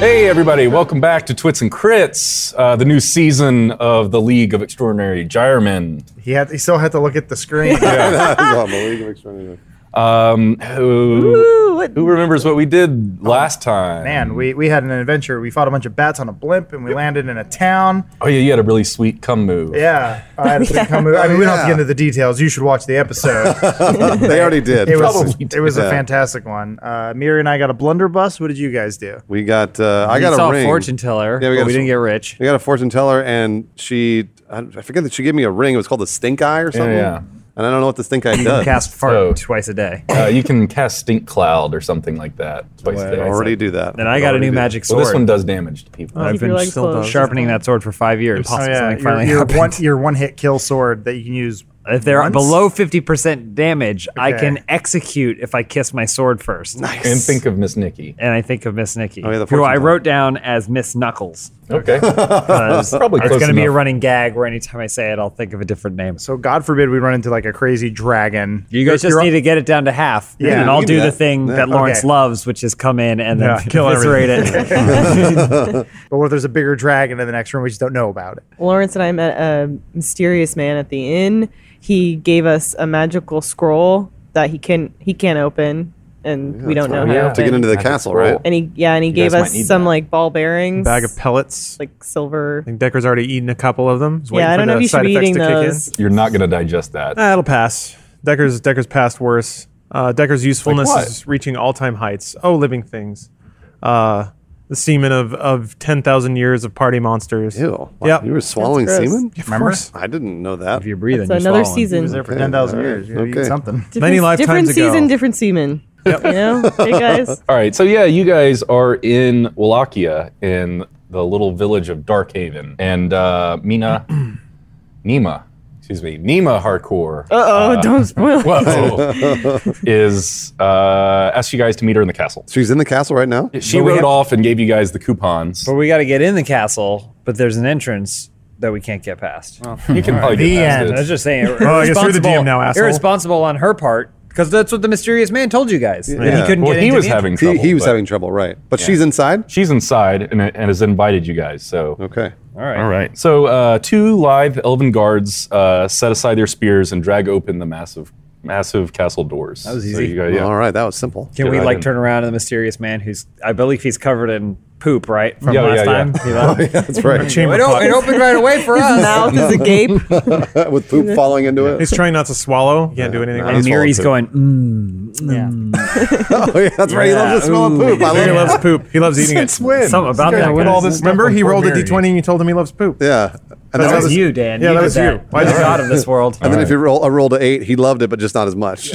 Hey, everybody, welcome back to Twits and Crits, uh, the new season of the League of Extraordinary Gyremen. He had he still had to look at the screen. That is on the League of Extraordinary. Um, who, Ooh, what- who remembers what we did last time? Man, we, we had an adventure. We fought a bunch of bats on a blimp and we landed in a town. Oh, yeah, you had a really sweet cum move. Yeah. I, had a big come- I mean, we don't have to get into the details. You should watch the episode. they already did. It was, Probably it was a did. fantastic one. Uh, Miri and I got a blunderbuss. What did you guys do? we got. Uh, I We got saw a ring. fortune teller, Yeah, we we got but we a- didn't get rich. We got a fortune teller, and she. I I forget that she gave me a ring. It was called the stink eye or something. yeah. And I don't know what the stink eye does. Cast fart So- twice a day. Uh, you can cast Stink Cloud or something like that. Twice a I day. already do that. Then I got a Already new do. magic sword. Oh, Well, this one does damage to people. Keep I've your been legs still closed. sharpening that sword for five years. Oh, yeah. Something Your, finally your happened. one, your one hit kill sword that you can use. if they're once? below fifty percent damage, I Okay. can execute if I kiss my sword first. Nice. And think of Miss Nikki. And I think of Miss Nikki, Oh, yeah, the who fortune I teller. wrote down as Miss Knuckles. Okay. 'cause Probably it's close going to be a enough. running gag where anytime I say it, I'll think of a different name. So So, God forbid we run into like a crazy dragon. you guys just You're- need to get it down to half, Yeah, and then we I'll can do do the that. thing Yeah. that Lawrence Okay. loves, which is come in and then Yeah, kill eviscerate it. But what if there's a bigger dragon in the next room? We just don't know about it. Lawrence and I met a mysterious man at the inn. He gave us a magical scroll that he can he can't open, and we don't know We how yeah. have to get open. into the Magic castle, roll. right? And he yeah, and he guys gave might need us some that. like ball bearings, bag of pellets. like silver. I think Decker's already eaten a couple of them. He's waiting Yeah, I for don't know the if you should side be effects eating to kick in. those. You're not going to digest that. Ah, it'll pass. Decker's Decker's passed worse. Uh, Decker's usefulness Like what? is reaching all-time heights. Oh, living things. Uh, the semen of of ten thousand years of party monsters. Ew. Wow, Yep. You were swallowing gross. semen? Remember? I didn't know that. if you're breathing, So you're another swallowing. season, He was there different, for ten thousand all right, years. You gotta eat okay. something. Many lifetimes different ago. season, different semen. You know, hey guys, All right, so yeah, you guys are in Wallachia in the little village of Darkhaven, and uh, Mina, Nima, excuse me, Nima uh Harcourt oh, don't spoil. it. whoa, is uh, asked you guys to meet her in the castle. She's in the castle right now. She But we rode have- off and gave you guys the coupons. But we got to get in the castle, but there's an entrance that we can't get past. You can probably The get past end. it. I was just saying. Well, Oh, I guess you're the irresponsible- DM now, asshole. Irresponsible on her part, because that's what the mysterious man told you guys. that Yeah. He couldn't Well, get he into was the having He, trouble. he was but having trouble, right? But she's inside. She's inside and, and has invited you guys. So Okay. entrance. All right. All right. So uh, two live elven guards uh, set aside their spears and drag open the massive, massive castle doors. That was So easy. you guys, yeah. All right. That was simple. Can Good we like item. turn around to the mysterious man, who's I believe he's covered in poop, right? From Yeah, last yeah, yeah. time. He left. Oh, Yeah, that's right. Chamber It o- pot. it opened right away for His us. mouth is agape. With poop falling into it. He's trying not to swallow. He can't do anything. no, wrong. And he's Miri's swallowed going. Mm. Oh, yeah, that's right. He loves the smell of poop. I Decker love loves poop. He loves eating it. Since when? Something about This that guy put when all I- this stuff Remember, on he poor rolled a Mary. d20 and you told him he loves poop. Yeah. And That then, was you, Dan. Yeah, you that did was you. Why You're did- the god of this world. and then if you roll, I rolled a eight, he loved it, but just not as much.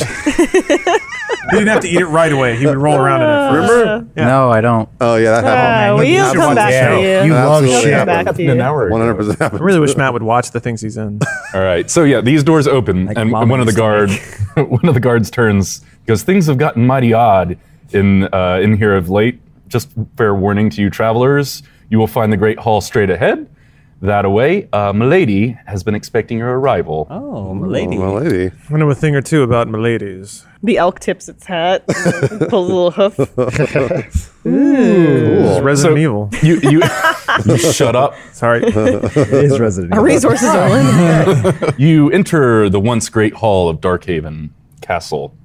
He didn't have to eat it right away. He would roll around in it. Remember? No, I don't. Oh yeah, Uh, that Ah, happened. we'll That come was- back yeah. to you. You love We'll Absolutely come shit. back to In an you. hour. One hundred ago. percent I really wish Matt would watch the things he's in. All right. So yeah, these doors open, and mom one of the used to guard, one of the guards turns because things have gotten mighty odd in uh, in here of late. Just fair warning to you travelers: you will find the great hall straight ahead. That away, uh, Milady has been expecting your arrival. Oh, lady. Well, lady. I know a thing or two about Miladies. The elk tips its hat, pulls a little hoof. It's Resident Evil. You you, you shut up. Sorry. It is Resident Our Evil. resources are limited. You enter the once great hall of Darkhaven Castle.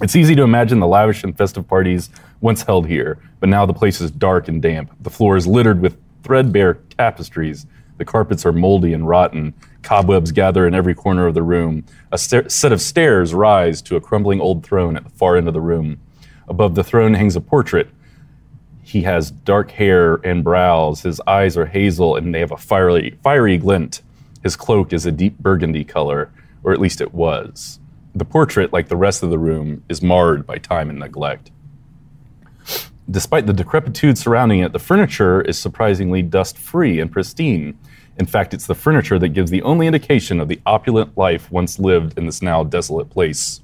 It's easy to imagine the lavish and festive parties once held here, but now the place is dark and damp. The floor is littered with threadbare tapestries. The carpets are moldy and rotten. Cobwebs gather in every corner of the room. A sta- set of stairs rise to a crumbling old throne at the far end of the room. Above the throne hangs a portrait. He has dark hair and brows. His eyes are hazel and they have a fiery, fiery glint. His cloak is a deep burgundy color, or at least it was. The portrait, like the rest of the room, is marred by time and neglect. Despite the decrepitude surrounding it, the furniture is surprisingly dust free and pristine. In fact, it's the furniture that gives the only indication of the opulent life once lived in this now desolate place.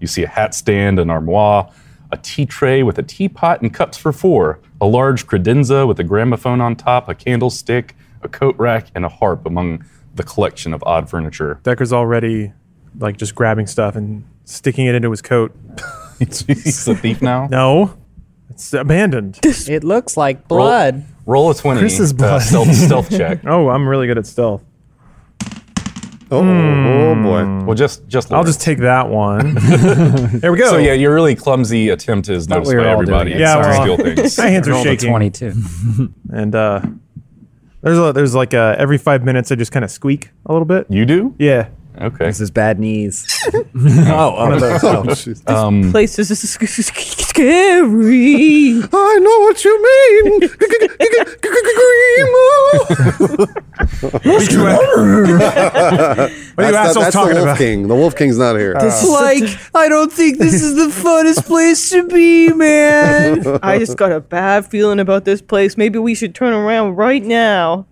You see a hat stand, an armoire, a tea tray with a teapot and cups for four, a large credenza with a gramophone on top, a candlestick, a coat rack, and a harp among the collection of odd furniture. Decker's already like just grabbing stuff and sticking it into his coat. He's a thief now? No, It's abandoned. It looks like blood. Roll a 20. Chris's blood. stealth, stealth check. oh, I'm really good at stealth. Hmm. Oh, oh boy. Well, just just. I'll lower. just take that one. there we go. So yeah, your really clumsy attempt is noticed we were by all everybody. doing It's it. Yeah, to well- steal things. My hands are Rolled a shaking. 22. And uh, there's a, there's like uh every five minutes I just kind of squeak a little bit. You do? Yeah. Okay. This is bad knees. Oh, jeez. Um, Place is scary. I know what you mean. What are you that's the, assholes that's the talking Wolf about? King. The Wolf King's not here. Uh, like, I don't think this is the funnest place to be, man. I just got a bad feeling about this place. Maybe we should turn around right now.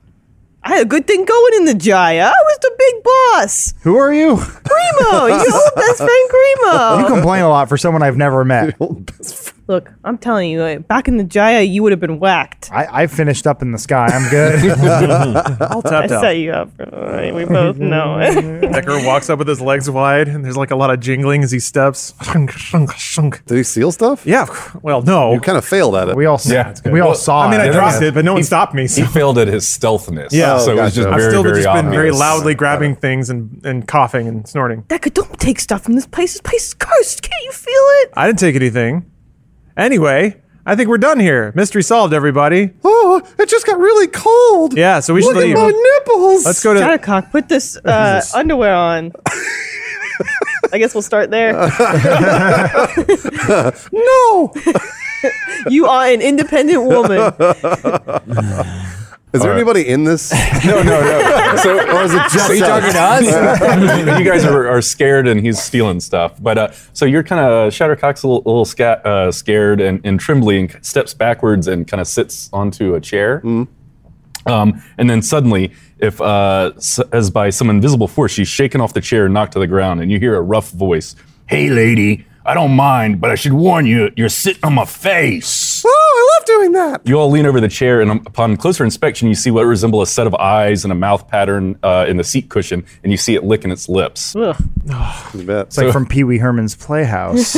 I had a good thing going in the Jaya. I was the big boss. Who are you? Grimo, your old best friend You Grimo. complain a lot for someone I've never met. Look, I'm telling you, like, back in the Jaya, you would have been whacked. I, I finished up in the sky. I'm good. All I tapped out. set you up. All right, we both know it. Decker walks up with his legs wide, and there's like a lot of jingling as he steps. Shunk, shunk, shunk. Did he seal stuff? Yeah. Well, no. You kind of failed at it. we all s- Yeah, it's good. we all Well, saw. I mean, I it. Yeah, dropped yeah. it, but no one stopped me. he So. failed at his stealthiness. Yeah. so it Oh, was Gotcha. just I've very, I've still very just obvious. been very loudly grabbing things and, and coughing and snorting. Decker, don't take stuff from this place. This place is cursed. Can't you feel it? I didn't take anything. Anyway, I think we're done here. Mystery solved, everybody. Oh, it just got really cold. Yeah, so we should Look at leave. my nipples. Let's go to. Shattercock, put this uh, underwear on. I guess we'll start there. No. You are an independent woman. Is there right. anybody in this? No, no, no. So, or is it just you talking to us? you guys are, are scared, and he's stealing stuff. But uh, so you're kind of Shattercock's a little, little sca- uh, scared and, and trembly, and steps backwards and kind of sits onto a chair. Um, and then suddenly, if uh, s- as by some invisible force, she's shaken off the chair and knocked to the ground, and you hear a rough voice: "Hey, lady, I don't mind, but I should warn you, you're sitting on my face." Oh, I love doing that. You all lean over the chair, and um, upon closer inspection, you see what resemble a set of eyes and a mouth pattern uh, in the seat cushion, and you see it licking its lips. You bet. It's like from Pee Wee Herman's Playhouse.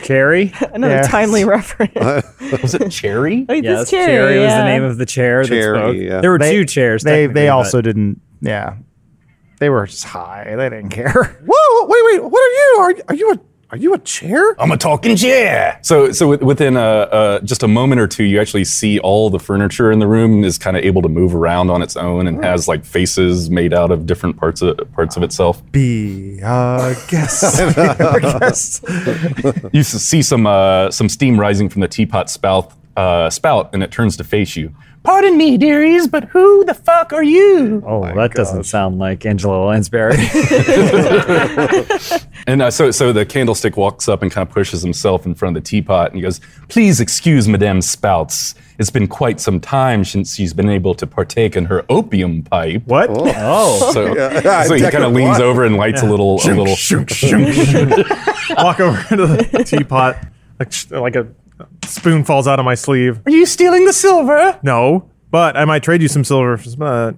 Carrie? Another Yeah. timely reference. Was it cherry? Wait, Yes, this cherry, was the yeah. name of the chair. Cherry, that spoke. yeah. There were They- two chairs. They technically, they but also didn't. Yeah, they were just high. They didn't care. Whoa! Wait, wait. What are you? Are, are you a? Are you a chair? I'm a talking chair. So, so with- within uh, uh, just a moment or two, you actually see all the furniture in the room is kind of able to move around on its own and has like faces made out of different parts of parts of itself. Be a guest. Be a guest. You s- see some uh, some steam rising from the teapot spout, uh, spout, and it turns to face you. Pardon me, dearies, but who the fuck are you? Oh, that doesn't sound like Angela Lansbury. And uh, so, so the candlestick walks up and kind of pushes himself in front of the teapot, and he goes, "Please excuse Madame Spouts. It's been quite some time since she's been able to partake in her opium pipe." What? oh, So, Yeah. so he Decker, kind of leans what? over and lights a little, a little. Walk over to the teapot. Like, sh- like a spoon falls out of my sleeve. Are you stealing the silver? No, but I might trade you some silver for some, uh,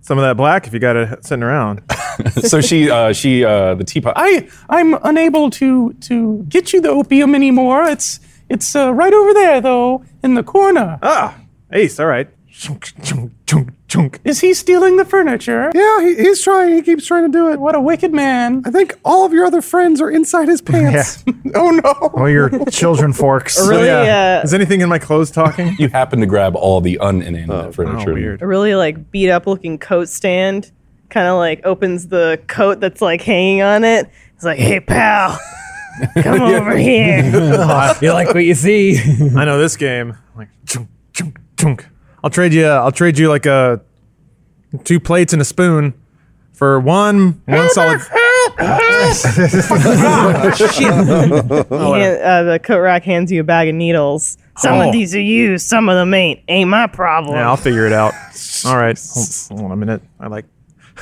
some of that black if you got it sitting around. so she, uh, she, uh, the teapot. I, I'm unable to to get you the opium anymore. It's it's uh, right over there though, in the corner. ah, ace. All right. Chunk, chunk, chunk, chunk. Is he stealing the furniture? Yeah, he, he's trying. He keeps trying to do it. What a wicked man! I think all of your other friends are inside his pants. oh no! Well, your children forks. Really, uh, Is anything in my clothes talking? Oh, You happen to grab all the uninanimate furniture. weird. a really like beat up looking coat stand. Kind of like opens the coat that's like hanging on it. It's like, hey pal, come over here. you like what you see? I know this game. Like chunk, chunk, chunk. I'll trade you. I'll trade you like a two plates and a spoon for one one solid. Oh, He hand- uh, the coat rack hands you a bag of needles. Some Oh. of these are used, some of them ain't. Ain't my problem. Yeah, I'll figure it out. All right. Hold, hold on a minute. I like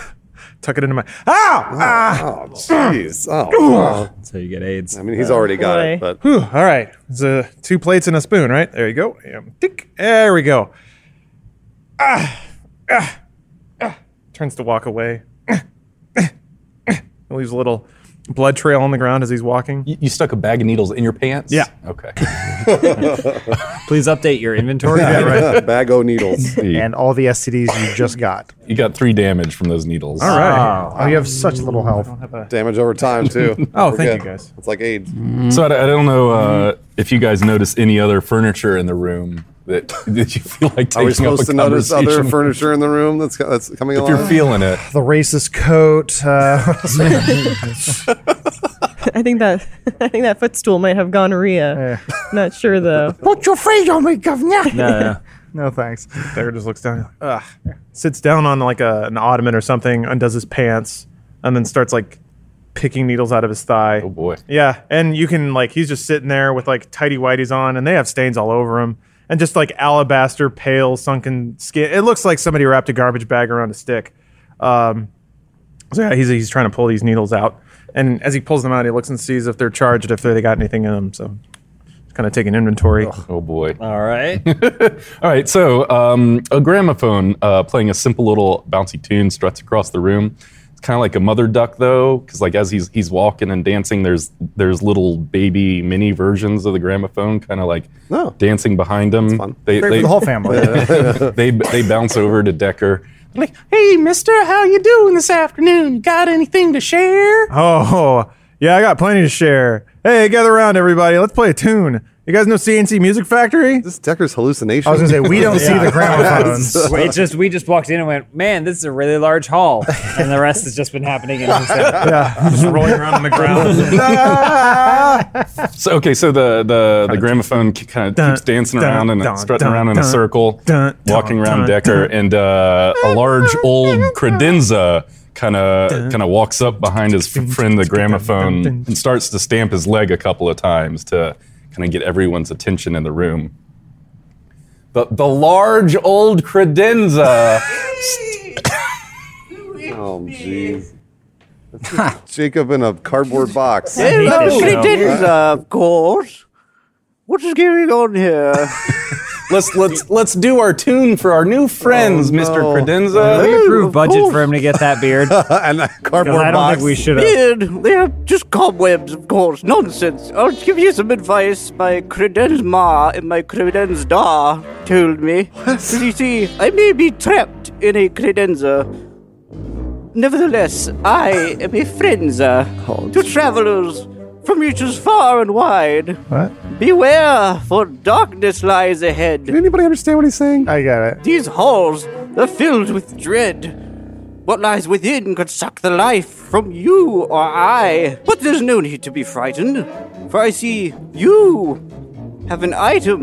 tuck it into my. Ah! Ow! Oh jeez. Oh. wow. so you get AIDS. I mean, he's already got it, boy. but Whew, all right. It's uh, two plates and a spoon, right? There you go. Um, tick. There we go. Ah, ah, ah. Turns to walk away. Ah. Leaves a little blood trail on the ground as he's walking. You, you stuck a bag of needles in your pants? Yeah. Okay. Please update your inventory. Bag o' needles. and all the STDs you just got. You got three damage from those needles. All right. Oh, you have such little health. Damage over time too. Oh, We're thank you good. guys. It's like AIDS. So I, I don't know uh, if you guys notice any other furniture in the room that that you feel like taking Are we up a supposed to notice other conversation. furniture in the room that's that's coming if along? you're feeling it, The racist coat. Uh, I think that I think that footstool might have gonorrhea. Not sure though. Put your face on me, governor. No, no. No thanks. Thayer just looks down. Ugh. Sits down on like a, an ottoman or something, undoes his pants, and then starts like picking needles out of his thigh. oh boy. Yeah, and you can like he's just sitting there with like tidy whities on, and they have stains all over him, and just like alabaster, pale, sunken skin. It looks like somebody wrapped a garbage bag around a stick. Um, so yeah, he's he's trying to pull these needles out, and as he pulls them out, he looks and sees if they're charged, if they got anything in them. So, just kind of taking inventory. Oh boy. All right. All right, so um, a gramophone uh, playing a simple little bouncy tune struts across the room. It's kind of like a mother duck though, because like as he's he's walking and dancing, there's there's little baby mini versions of the gramophone, kind of like No. dancing behind him. Oh. fun. They Great they, for the whole family. they they bounce over to Decker. They're like, hey, Mister, how you doing this afternoon? You got anything to share? Oh, yeah, I got plenty to share. Hey, gather around, everybody. Let's play a tune. You guys know CNC Music Factory? this is Decker's hallucination. I was gonna say we don't see the gramophones. It's just we just walked in and went, man, this is a really large hall, and the rest has just been happening. In Just rolling around on the ground. So okay, so the the, the gramophone kind of Dun, keeps dancing dun, around and dun, strutting dun, around in a dun, circle, dun, dun, walking around dun, Decker, and uh, a large old credenza kind of kind of walks up behind his friend the gramophone and starts to stamp his leg a couple of times to kind of get everyone's attention in the room. The the large old credenza. Oh, jeez. Jacob in a cardboard box. uh, Hello, greetings, of course. What is going on here? let's let's let's do our tune for our new friends, Mr. Credenza. we approved of budget course. for him to get uh, that beard. 'cause and a cardboard I don't box. think we should have. Beard, they are just cobwebs, of course. Nonsense. I'll give you some advice my credence ma and my credence da told me. But you see, I may be trapped in a credenza. Nevertheless, I am a friendza to travelers from reaches far and wide. What? Beware, for darkness lies ahead. Anybody understand what he's saying? I got it. These halls are filled with dread. What lies within could suck the life from you or I. But there's no need to be frightened, for I see you have an item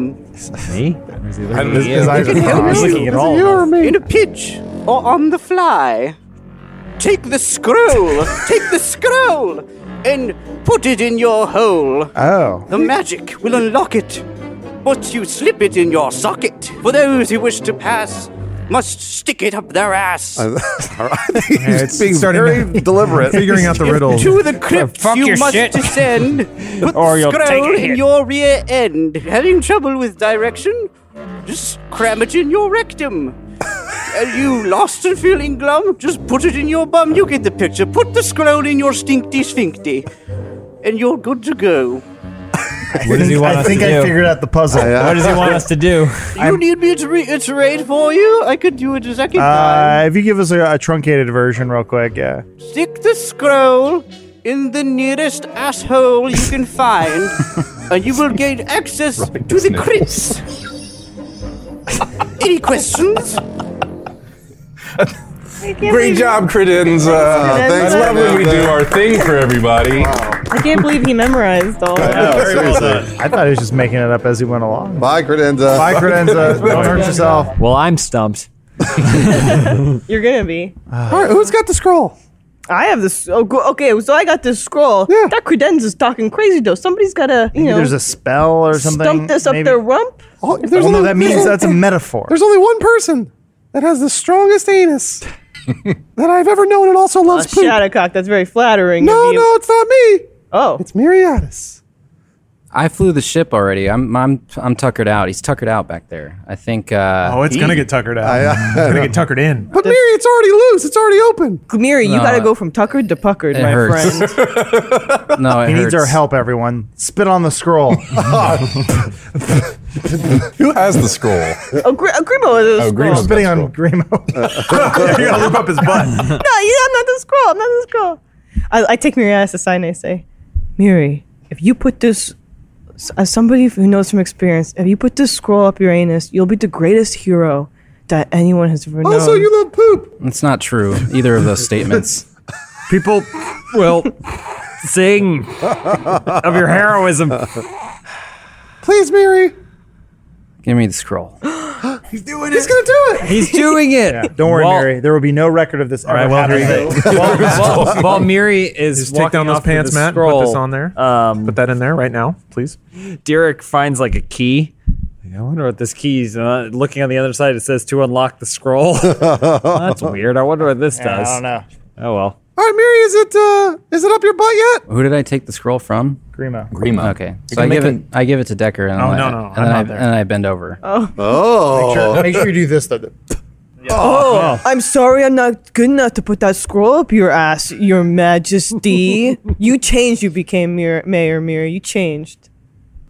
Me? His eyes are help crossed. you. looking at all. You of or us. me? in a pinch or on the fly. Take the scroll, take the scroll, and put it in your hole. Oh. The magic will unlock it, but you slip it in your socket. For those who wish to pass, must stick it up their ass. All right. He's it's being starting very to- deliberate. Figuring out the riddle. To the crypt fuck you your must shit. descend. Put Or the you'll take scroll a in hit. your rear end. Having trouble with direction? Just cram it in your rectum. Are you lost and feeling glum? Just put it in your bum. You get the picture. Put the scroll in your stinkty sphincty. And you're good to go. What does he want I us think to I do? figured out the puzzle. What does he want us to do? You need me to reiterate for you? I could do it a second time. Uh, if you give us a, a truncated version, real quick, yeah. Stick the scroll in the nearest asshole you can find, and you will gain access to the isn't it? crypts. Any questions? Great job, Credenza. Thanks, I love when we do Credenza. our thing for everybody. I can't believe he memorized all that. Seriously. I thought he was just making it up as he went along. Bye, Credenza. Bye, Credenza. Don't hurt yourself. Well, I'm stumped. You're gonna be. All right, who's got the scroll? I have this. Oh, go- okay. So I got this scroll. Yeah. That credenza's talking crazy though. Somebody's gotta, you know, There's a spell or something. stump this up maybe. their rump. Oh, Well, there's no, that means that's a metaphor. There's only one person that has the strongest anus that I've ever known and also loves poop. Shadowcock. That's very flattering. No, of you. no, it's not me. Oh, It's Miriadis. I flew the ship already. I'm I'm I'm tuckered out. He's tuckered out back there. I think. Uh, Oh, it's gonna get tuckered out. uh, it's gonna get tuckered in. But Mary, it's already loose. It's already open. Glamiri, you No, gotta I- go from tuckered to puckered, It my hurts. friend. no, it He hurts. needs our help, everyone. Spit on the scroll. Who has the scroll? Oh, Gr- oh, Grimo is a Oh, scroll. Grimo's got Spitting on scroll. Grimo. You're gonna loop up his butt. No, yeah, I'm not the scroll. I'm not the scroll. I, I take Miri as a sign. I say, Miri, if you put this, as somebody who knows from experience, if you put this scroll up your anus, you'll be the greatest hero that anyone has ever known. Also, Oh, you love poop. It's not true. Either of those statements. People will sing of your heroism. Please, Mary. Give me the scroll. He's gonna do it. He's doing it. Don't worry, While- Mary. There will be no record of this ever right, well, happening. there you go. While, while, while Miri is Just walking take down those off with pants, the Matt. and Scroll, Put this on there. Um, put that in there right now, please. Derek finds like a key. I wonder what this key is. And, uh, looking on the other side, it says to unlock the scroll. That's weird. I wonder what this I does. don't know. Oh well. All right, Mary, is it uh, is it up your butt yet? Who did I take the scroll from? Grimo. Grimo. Okay, You so can I make give it. him- I give it to Decker, and, Oh, I, no, no, and I'm I not there. and I bend over. Make Oh, sure, make sure you do this, though. Oh, I'm sorry, I'm not good enough to put that scroll up your ass, Your Majesty. you changed. You became Mir- Mayor Miri. You changed.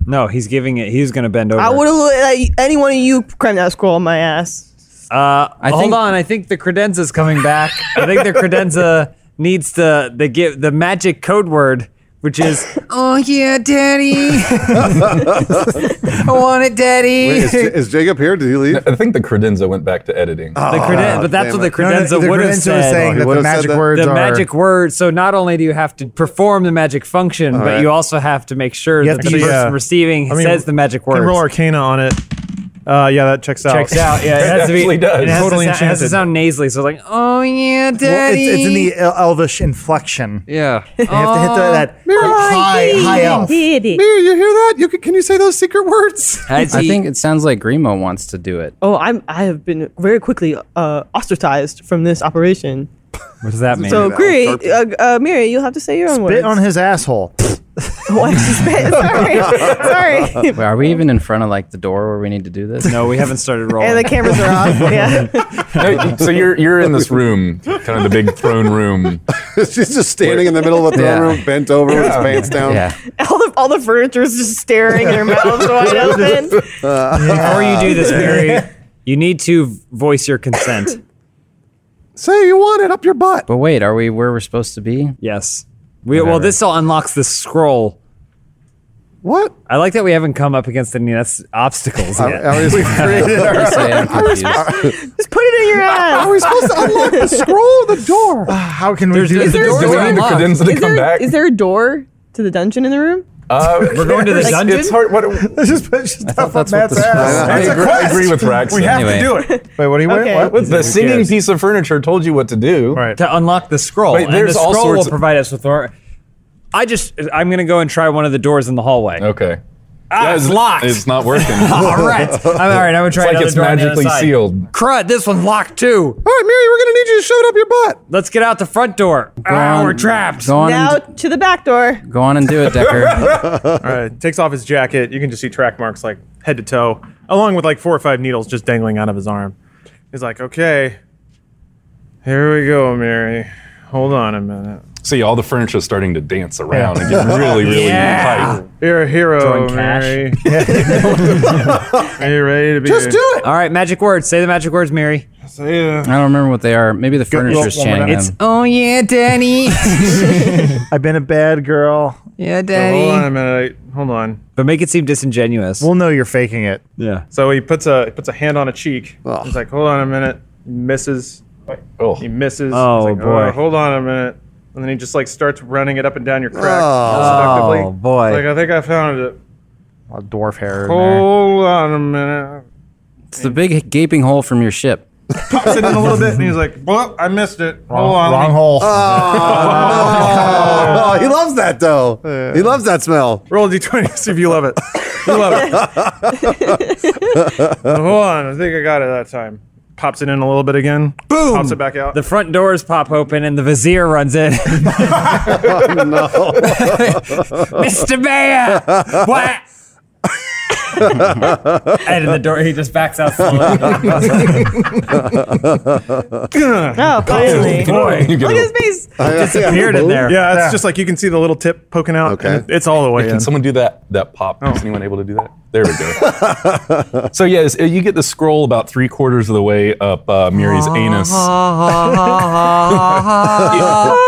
No, he's giving it. He's gonna bend over. I would have let any one of you cram that scroll on my ass. Uh, hold think- on. I think the credenza's coming back. I think the credenza needs to the give the magic code word, which is "Oh yeah, Daddy." I want it, Daddy. Wait, is, J- is Jacob here? Did he leave? I think the credenza went back to editing. the Oh, creden- but that's damn what the it. credenza the would have Credenza was said. saying that would've the said magic that? words the are magic word. So not only do you have to perform the magic function, but right. you also have to make sure You that have the to uh, use- person Yeah. receiving uh, I mean, says the magic Can word. roll Arcana on it. Uh, yeah, that checks out. Checks out. Yeah, it has to be. actually does. It has Totally to sound, it has to enchanted. sound nasally. So it's like, oh yeah, Well, Daddy. it's, it's in the El- elvish inflection. yeah. You have to hit Oh. the, that Mary, high, high elf. Did it. Mary, you hear that? You can, can you say those secret words? I I think it sounds like Grimo wants to do it. Oh, I'm. I have been very quickly uh, ostracized from this operation. What does that mean? So, that Greer, was uh, uh, Miri, you'll have to say your own words. Bit on his asshole. Oh, I just spit. Sorry, sorry. Wait, are we even in front of like the door where we need to do this? no, we haven't started rolling. and the cameras are off. Yeah. No, so you're you're in this room, kind of the big throne room. She's just standing in the middle of the throne Yeah. room, bent over with his pants down. Yeah. all the all the furniture is just staring their mouths wide open. Uh, Before you do this, Mary, you need to voice your consent. Say you want it up your butt. But wait, are we where we're supposed to be? Yes. We, well, this all unlocks the scroll. What? I like that we haven't come up against any that's obstacles Are- yet. Are, we, I say I'm confused. Just put it in your ass. are we supposed to unlock the scroll or the door? Uh, How can we do Is this? there- Do we need the unlocked. credenza to Is come there, back? is there a door to the dungeon in the room? Uh, we're going to the dungeon? It's hard. What, I, just put stuff up that's what Matt's this ass. agree, I agree with Rax. We have Anyway. to do it. Wait, what are you wearing? Okay. What? What? the singing piece of furniture told you what to do. Right. to unlock the scroll. Wait, and the there's all scroll sorts will of- provide us with. Or- I just, I'm gonna go and try one of the doors in the hallway. Okay. Ah, it's locked. It's not working. all right, I'm, all right. I'm gonna try It's like another it's door on the other magically side. sealed. Crud, this one's locked too. All right, Mary, we're gonna need you to shove it up your butt. Let's get out the front door. Ah, on- we're trapped. Go on, Now and, to the back door. go on and do it, Decker. All right, takes off his jacket. You can just see track marks like head to toe, along with like four or five needles just dangling out of his arm. He's like, okay, here we go, Mary. Hold on a minute. See, all the furniture's starting to dance around and get really, really Yeah. tight. You're a hero, Throwing cash. Mary. Are you ready to be? Just do it. All right, magic words. Say the magic words, Mary. I don't remember what they are. Maybe the furniture's roll one more chanting time. them. Oh yeah, Danny. I've been a bad girl. yeah, Hold on a minute. Hold on. But make it seem disingenuous. We'll know you're faking it. yeah. So he puts a he puts a hand on a cheek. He's like, hold on a minute. Misses. Oh, He misses. Oh, He's like, boy. hold on a minute. And then he just like starts running it up and down your crack. Oh. seductively. Oh, boy. Like I think I found it. A dwarf hair. in there. Hold on a minute. It's the big gaping hole from your ship. Pops it in a little bit, and he's like, "Well, I missed it. Hold on." Wrong hole. Oh, he loves that though. He loves that smell. Roll a d20 to see if you love it. You love it. Hold on, I think I got it that time. pops it in a little bit again. Boom! Pops it back out. The front doors pop open and the vizier runs in. Mr. Mayor! What? and the door, he just backs out slowly. Oh, finally. Boy, You Look at go, his face. disappeared in there. yeah, it's just like you can see the little tip poking out. Okay. and it's all the way in. Can someone do that? That pop? Oh. Is anyone able to do that? There we go. so yes, uh, you get the scroll about three quarters of the way up uh, Miri's anus. yeah,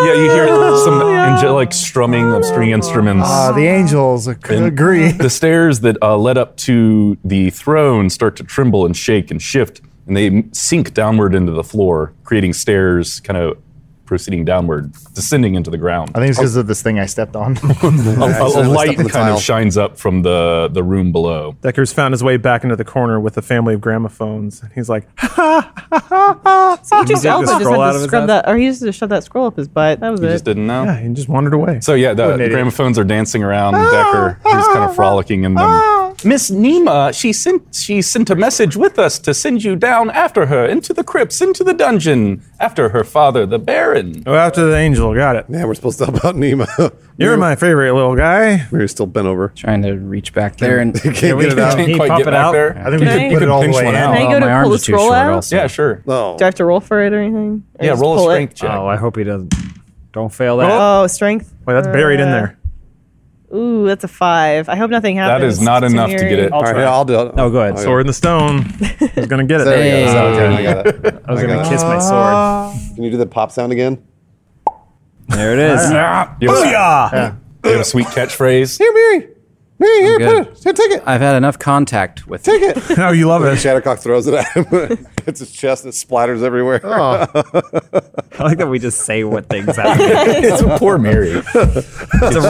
yeah, you hear some angelic strumming of string instruments. Uh, the angels ag- agree. the stairs that uh, led up to the throne start to tremble and shake and shift, and they m- sink downward into the floor, creating stairs kind of proceeding downward, descending into the ground. I think it's because of this thing I stepped on. Oh. A, a- a accidentally light stepped on kind the tile. of shines up from the, the room below. Decker's found his way back into the corner with a family of gramophones. and He's like, He just the also just scroll had out to of his scrub ass? that, or he used to shove that scroll up his butt. That was You it. just didn't know? yeah, and just wandered away. So yeah, the, the idiot. gramophones are dancing around Ah, Decker. He's kind of frolicking in them. Miss Nema, she sent she sent a message with us to send you down after her into the crypts, into the dungeon, after her father, the Baron. oh, after the angel, got it. Man, we're supposed to help out Nemo. You're my favorite little guy. We're still bent over. Trying to reach back there and Can't get it out. Can you pop it out? I think we Can should I- put it all the pinch way one in. out. Can I go to pull my the arms are too scroll short out? also. Yeah, sure. No. Do I have to roll for it or anything? Or yeah, just roll a pull it? strength check. Oh, I hope he doesn't. Don't fail that. Oh, strength. Wait, that's buried in Uh, there. Ooh, that's a five. I hope nothing happens. that is not to enough to get Miri. it. I'll All right, try. Oh, yeah, I'll do it. No, go ahead. Okay. Oh, Sword in the stone. He's gonna get it. There we go. Hey. Oh, okay, I got it. I was I going got to it. kiss my sword. Can you do the pop sound again? There it is. You have, a- you have a sweet catchphrase. Here, Mary. Mary, here, good. put it. Here, take it. I've had enough contact with Take it. No, you love it. Shattercock throws it at him. Hits his chest and it splatters everywhere. I like that we just say what things happen. it's a poor Mary. it's a role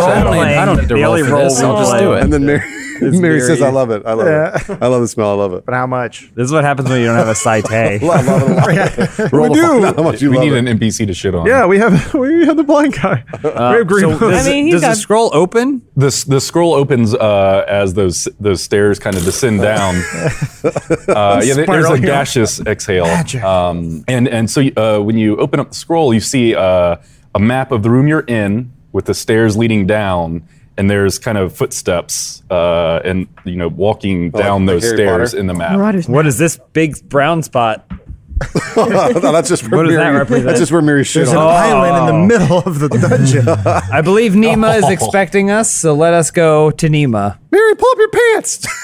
I don't need- playing. I don't need the to roll only for role this, I'll we just play. do it. And then Mary, Mary says, I love it. I love it. I love the smell. I love it. But how much? This is what happens when you don't have a cite. I love it a lot. Roll We to find do. out how much you we love need it. an NPC to shit on. Yeah, we have we have the blind guy. Uh, we have green. does, I mean, he does the got- scroll open? The, s- the scroll opens uh, as those those stairs kind of descend down. uh, yeah, there- there's a Spiraling. gaseous exhale. Um, and and so uh, when you open up the scroll, you see uh, a map of the room you're in with the stairs leading down, and there's kind of footsteps uh, and you know walking down Oh, like those Harry stairs Potter? in the map. Marauders. What is this big brown spot? No, that's just where What does that Mary, represent? That's just where Mary shit There's an on. Oh. island in the middle of the dungeon. I believe Nema Oh. is expecting us, so let us go to Nema. Mary, pull up your pants.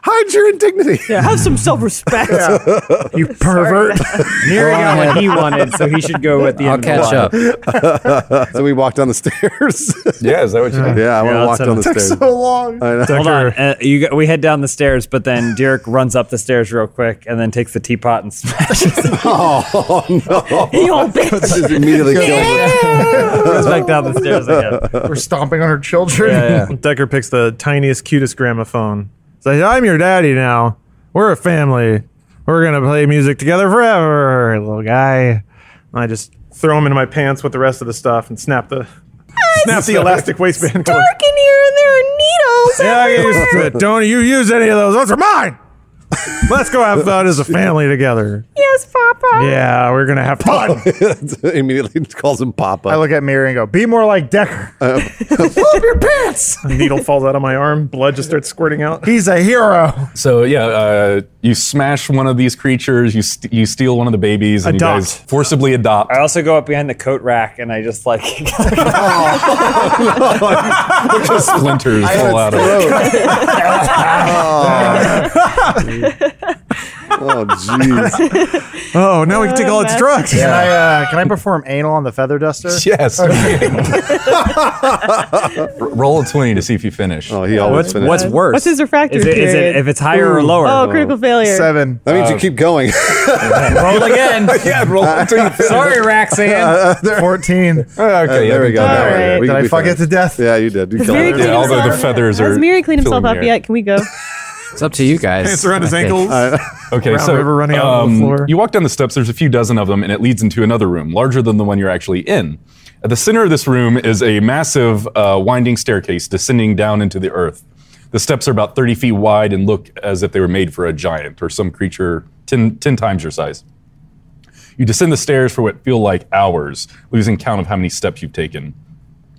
Hide your indignity. Yeah, have some self-respect. you pervert. Neri got what he wanted, so he should go at the I'll end. of the catch line. up. So we walk down the stairs. Yeah, is that what you did? yeah, I want Yeah, to walk that's down it. the Took stairs. so long. I know. Hold on, uh, you got, we head down the stairs, but then Derek runs up the stairs real quick and then takes the teapot and smashes it Oh, no. you old bitch. Just immediately killed me. goes back down the stairs again. We're stomping on her children. Decker picks the tiniest, cutest gramophone. He's like, I'm your daddy now. We're a family. We're gonna play music together forever, little guy. And I just throw him into my pants with the rest of the stuff and snap the snap the elastic waistband. cord. Dark in here, and there are needles. Yeah, I get used to it. Don't you use any of those. Those are mine. Let's go have fun as a family together. Yes, Papa. Yeah, we're gonna have fun. immediately calls him Papa. I look at Mary and go, be more like Decker. A needle falls out of my arm. Blood just starts squirting out. He's a hero. So yeah, uh, you smash one of these creatures, you st- you steal one of the babies, and Adopt. you guys forcibly adopt. I also go up behind the coat rack and I just like splinters fall out of it. Uh, oh, jeez. Oh, now we can take all its drugs. Can I uh, can I perform anal on the feather duster? Yes. R- Roll a 20 to see if you finish. Oh, he always what's finishes. what's worse? What's his refractory Is it, is it period? if it's higher or lower? Oh, critical failure. Seven. that Uh, means you keep going. Uh, Roll again. yeah, roll until you finish. Sorry, Raxan. Fourteen. Uh, Okay, there we go. Yeah, Now we're Alright. good. We Did can I be fuck finished. it to death? Yeah, you did. You killed Mary it. clean Yeah, although himself the feathers are. Has Miri cleaned himself filling up the air. yet? Can we go? It's up to you guys. Pants around his I think. ankles. Uh, Okay, Round so um, river running out on the floor. You walk down the steps. There's a few dozen of them, and it leads into another room, larger than the one you're actually in. At the center of this room is a massive, uh, winding staircase descending down into the earth. The steps are about 30 feet wide and look as if they were made for a giant or some creature ten, ten times your size. You descend the stairs for what feel like hours, losing count of how many steps you've taken.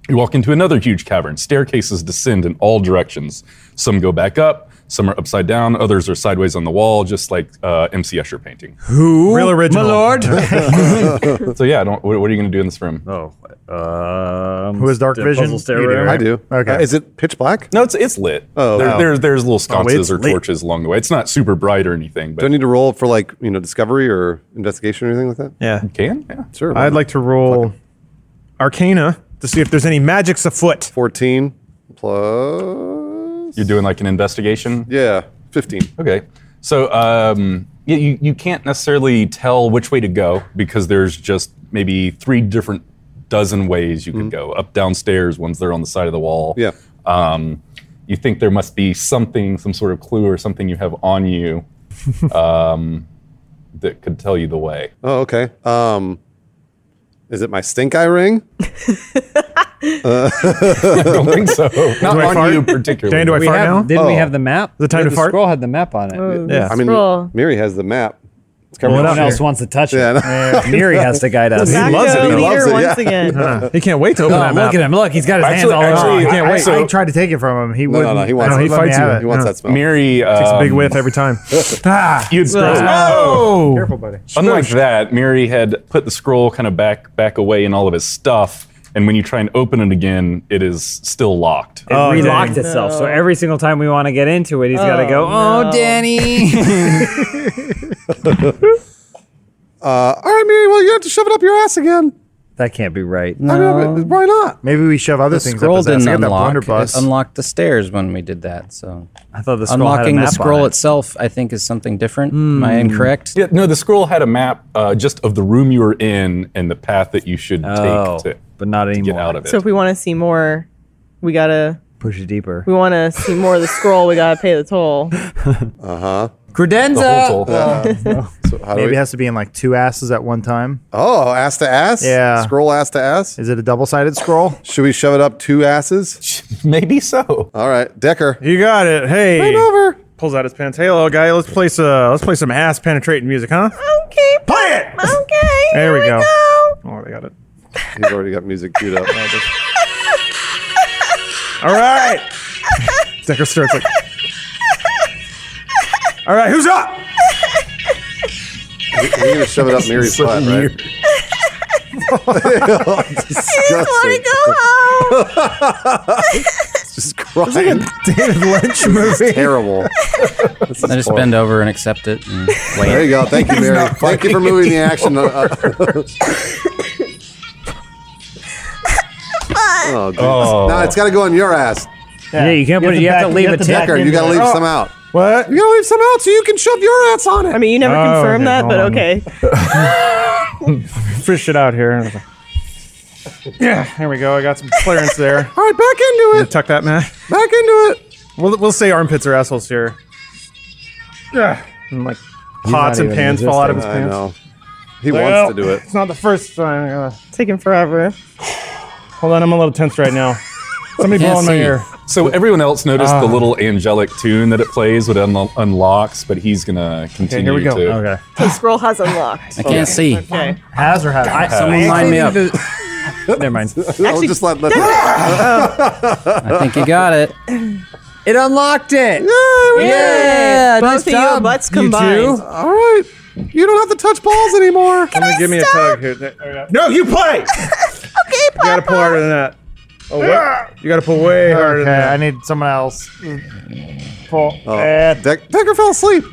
You walk into another huge cavern. Staircases descend in all directions. Some go back up, some are upside down, others are sideways on the wall, just like uh, M. C. Escher painting. Who? Real original. My lord. so yeah, I don't, what, what are you going to do in this room? Oh, um, Who has dark the vision? Puzzle You do, stairway. right? I do. Okay. Uh, is it pitch black? No, it's it's lit. Oh, there, wow. there- there's little sconces it's or lit. torches along the way. It's not super bright or anything, but Do I need to roll for like you know discovery or investigation or anything like that? Yeah. you can. Yeah. Sure. I'd like to roll Arcana to see if there's any magics afoot. fourteen plus. You're doing like an investigation. Yeah, fifteen. Okay. So um, yeah, you, you can't necessarily tell which way to go because there's just maybe three different dozen ways you can go up, downstairs, ones that are on the side of the wall. Mm-hmm. Yeah. Um, you think there must be something, some sort of clue or something you have on you um, that could tell you the way. Oh, okay. Um, is it my stink eye ring? I don't think so. Not I on fart? you particularly. Dan, do I We fart have- now? Didn't we Oh. have the map? The time Yeah, to the fart? Scroll had the map on it. Oh, Yeah. the I mean, scroll. Miri has the map. It's covered. No in one shit. else wants to touch Yeah, it. Miri has to guide us. Back loves to it. He leader loves it, once yeah. again. He can't wait to Oh, open that map. look at him. Look, he's got his hands Actually- all actually, over. I- can't I, wait. I tried to take it from him. He No, wouldn't. no, no. He wants. No, it. he he, Let me fights have you. it. wants No. that smell. Miri uh, It's a big whiff every time. ah, You'd oh. Careful, buddy. Unlike that, Miri had put the scroll kind of back back away in all of his stuff, and when you try and open it again, it is still locked. It Oh, relocked dang. itself. So every single time we want to get into it, he's got to go, oh, no. Danny. Uh, all right, Miri. Well, you have to shove it up your ass again. that can't be right. I mean, but why not? Maybe we shove other The things scroll up his ass. didn't I got that unlock. It blunderbuss. unlocked the stairs when we did that. So I thought the scroll unlocking had a the map scroll on it. itself, I think, is something different. Am Hmm. I incorrect? Yeah, no, the scroll had a map uh, just of the room you were in and the path that you should Oh, take to but not get anymore. out of it. So if we want to see more, we gotta. Push it deeper. We want to see more of the scroll. We gotta pay the toll. Uh-huh. The whole Credenza. toll. So how do Maybe we, it has to be in like two asses at one time. oh, ass to ass. Yeah. Scroll ass to ass. Is it a double-sided scroll? Should we shove it up two asses? Maybe so. All right, Decker. You got it. Hey. Right over. Pulls out his pants. Hey, hello, guy. Let's play some. Let's play some ass penetrating music, huh? okay. Play it. Okay. There we here go. go. Oh, they got it. He's already got music queued up. All right. Decker starts like. All right, who's up? We we need to shove it up Miri's butt, right? Disgusting. home. Just crying. David Lynch movie. Terrible. This is I just horrible. bend over and accept it and There wait. you go. Thank you, Mary. Thank you for moving the action. Uh, up. oh, dude. Oh. No, it's got to go on your ass. Yeah, you can't put it. You have to leave a tip. Decker, you got to leave Oh. some out. What? You got to leave some out so you can shove your ass on I it. mean, you never Oh, confirmed okay, that, hold but on. okay. Fish it out here. Yeah, there we go. I got some clearance there. All right, back into it. Tuck that man. Back into it. We'll, we'll say armpits are assholes here. Yeah. And like pots not and even pans fall out of his I pants. know. He Well, wants to do it. It's not the first time. Uh, It's taking forever. hold on, I'm a little tense right now. Somebody blow Can't in my see. ear. So everyone else noticed Ah. the little angelic tune that it plays, what it unlo- unlocks, but he's gonna Okay, continue here we go. to. Okay. The scroll has unlocked. I can't see. Okay. Has or has? Someone line me up. Never mind. I'll just let, let I think you got it. It unlocked it. Yeah, Yeah, both nice of your job, butts you two. combined. All right. You don't have to touch balls anymore. Give me a tug here. There we go. No, you play. okay, You gotta pull harder than that. Oh, what? You gotta pull way harder Okay, than I that. need someone else. Oh, Deck- Decker fell asleep.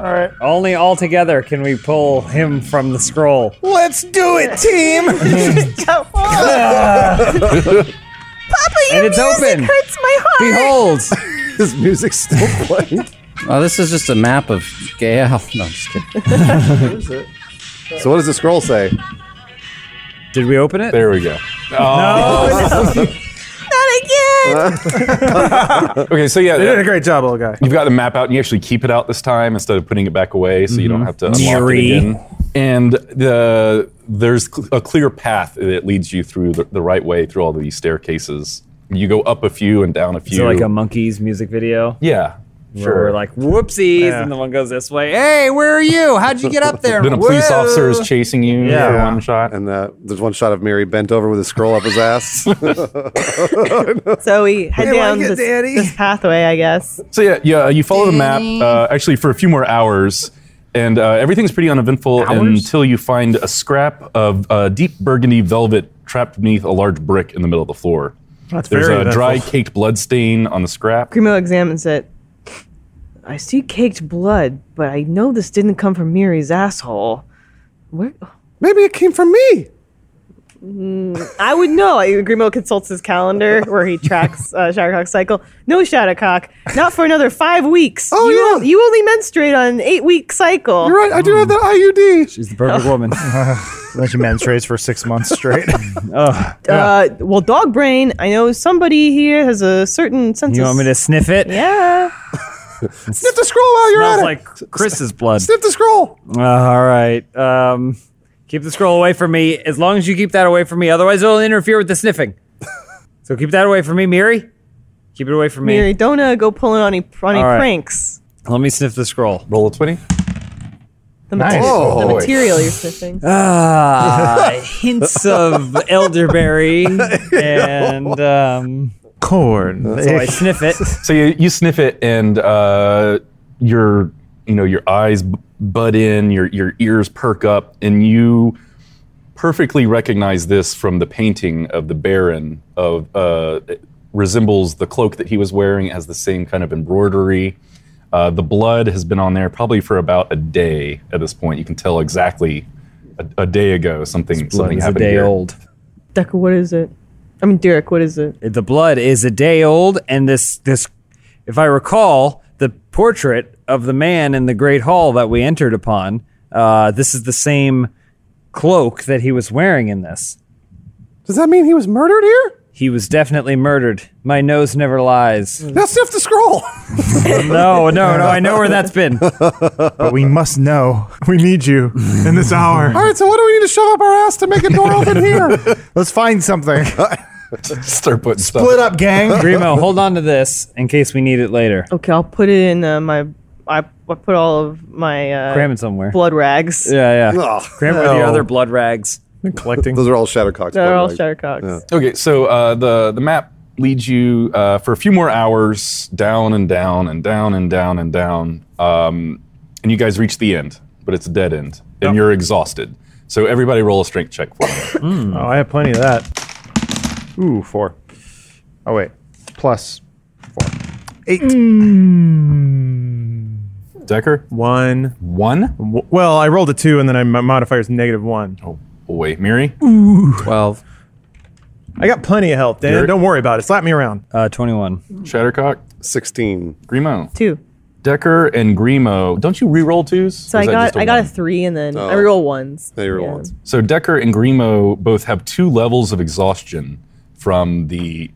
Only all together can we pull him from the scroll. Let's do it, team. Go. Papa, your And it's music open. hurts my heart. Behold, His music's still playing. Oh, this is just a map of Gael. No, I'm just kidding. So what does the scroll say? did we open it? There we go. Oh. Not again. Okay, so yeah, You did a great job, little guy. You've got the map out, and you actually keep it out this time instead of putting it back away, so you Mm-hmm. don't have to unlock Neary. it again. And the there's cl- a clear path that leads you through the, the right way through all these staircases. You go up a few and down a few. Is it like a monkey's music video? yeah, Where Sure. we're like, whoopsies, Yeah. and the one goes this way. Hey, where are you? How'd you get up there? Then a police Whoa. officer is chasing you Yeah. for one shot. And uh, there's one shot of Mary bent over with a scroll up his ass. So we head like down it, this, Daddy. this pathway, I guess. So yeah, yeah, you follow the map uh, actually for a few more hours, and uh, everything's pretty uneventful until you find a scrap of uh, deep burgundy velvet trapped beneath a large brick in the middle of the floor. That's There's very a dry eventful. caked blood stain on the scrap. Grimo examines it. I see caked blood, but I know this didn't come from Miri's asshole. Where? Maybe it came from me. Mm, I would know. I- Grimo consults his calendar where he tracks uh, Shattercock's cycle. No Shattercock, not for another five weeks. Oh, you, yeah. on- you only menstruate on an eight week cycle. You're right. I do have that IUD. She's the perfect Oh. woman. Then she menstruates for six months straight. Oh. Uh, well, dog brain. I know somebody here has a certain sense You of. want me to sniff it? Yeah. Snip the scroll while you're at Smells it. like Chris's blood. Snip the scroll. Uh, all right. Um, keep the scroll away from me. As long as you keep that away from me, otherwise it'll interfere with the sniffing. so keep that away from me, Miri. Keep it away from me. Miri, don't uh, go pulling on any, on any All right. pranks. Let me sniff the scroll. Roll a twenty. The, mate- Oh, the boy. material you're sniffing. Ah, hints of elderberry and um, corn. so I sniff it. So you, you sniff it, and uh, your you know your eyes b- bud in, your your ears perk up, and you perfectly recognize this from the painting of the Baron of uh, it resembles the cloak that he was wearing has the same kind of embroidery. Uh, the blood has been on there probably for about a day at this point. You can tell exactly a, a day ago something something Blood's a happened day here. old. Decker, what is it? I mean, Derek, what is it? The blood is a day old, and this this, if I recall, the portrait of the man in the great hall that we entered upon. Uh, this is the same cloak that he was wearing in this. Does that mean he was murdered here? He was definitely murdered. My nose never lies. Now sniff the scroll. no, no, no. I know where that's been. but we must know. We need you in this All hour. right, so what do we need to shove up our ass to make a door open here? Let's find something. Start putting stuff. Split up, gang. Grimo, hold on to this in case we need it later. Okay, I'll put it in uh, my. I, I put all of my uh, Cram it somewhere. blood rags. Yeah, yeah. Oh, Ugh. Cram it with your other blood rags. Been collecting. Those are all Shattercocks. They're all by the way. Shattercocks. Okay, so uh, the the map leads you uh, for a few more hours down and down and down and down and down, um, and you guys reach the end, but it's a dead end, and you're exhausted. So everybody, roll a strength check for me. Oh, I have plenty of that. Ooh, four. Oh wait, plus Eight. Decker, one. one. W- Well, I rolled a two, and then I, my modifier is negative one. Oh boy, Miri, 12. I got plenty of health, Dan. You're- Don't worry about it. Slap me around. Uh, 21. Shattercock, 16. Grimo, Two. Decker, and Grimo. Don't you re-roll twos? So Or I is that just got a I got a one? three, and then I Oh. roll ones. They were Yeah. ones. So Decker and Grimo both have two levels of exhaustion from the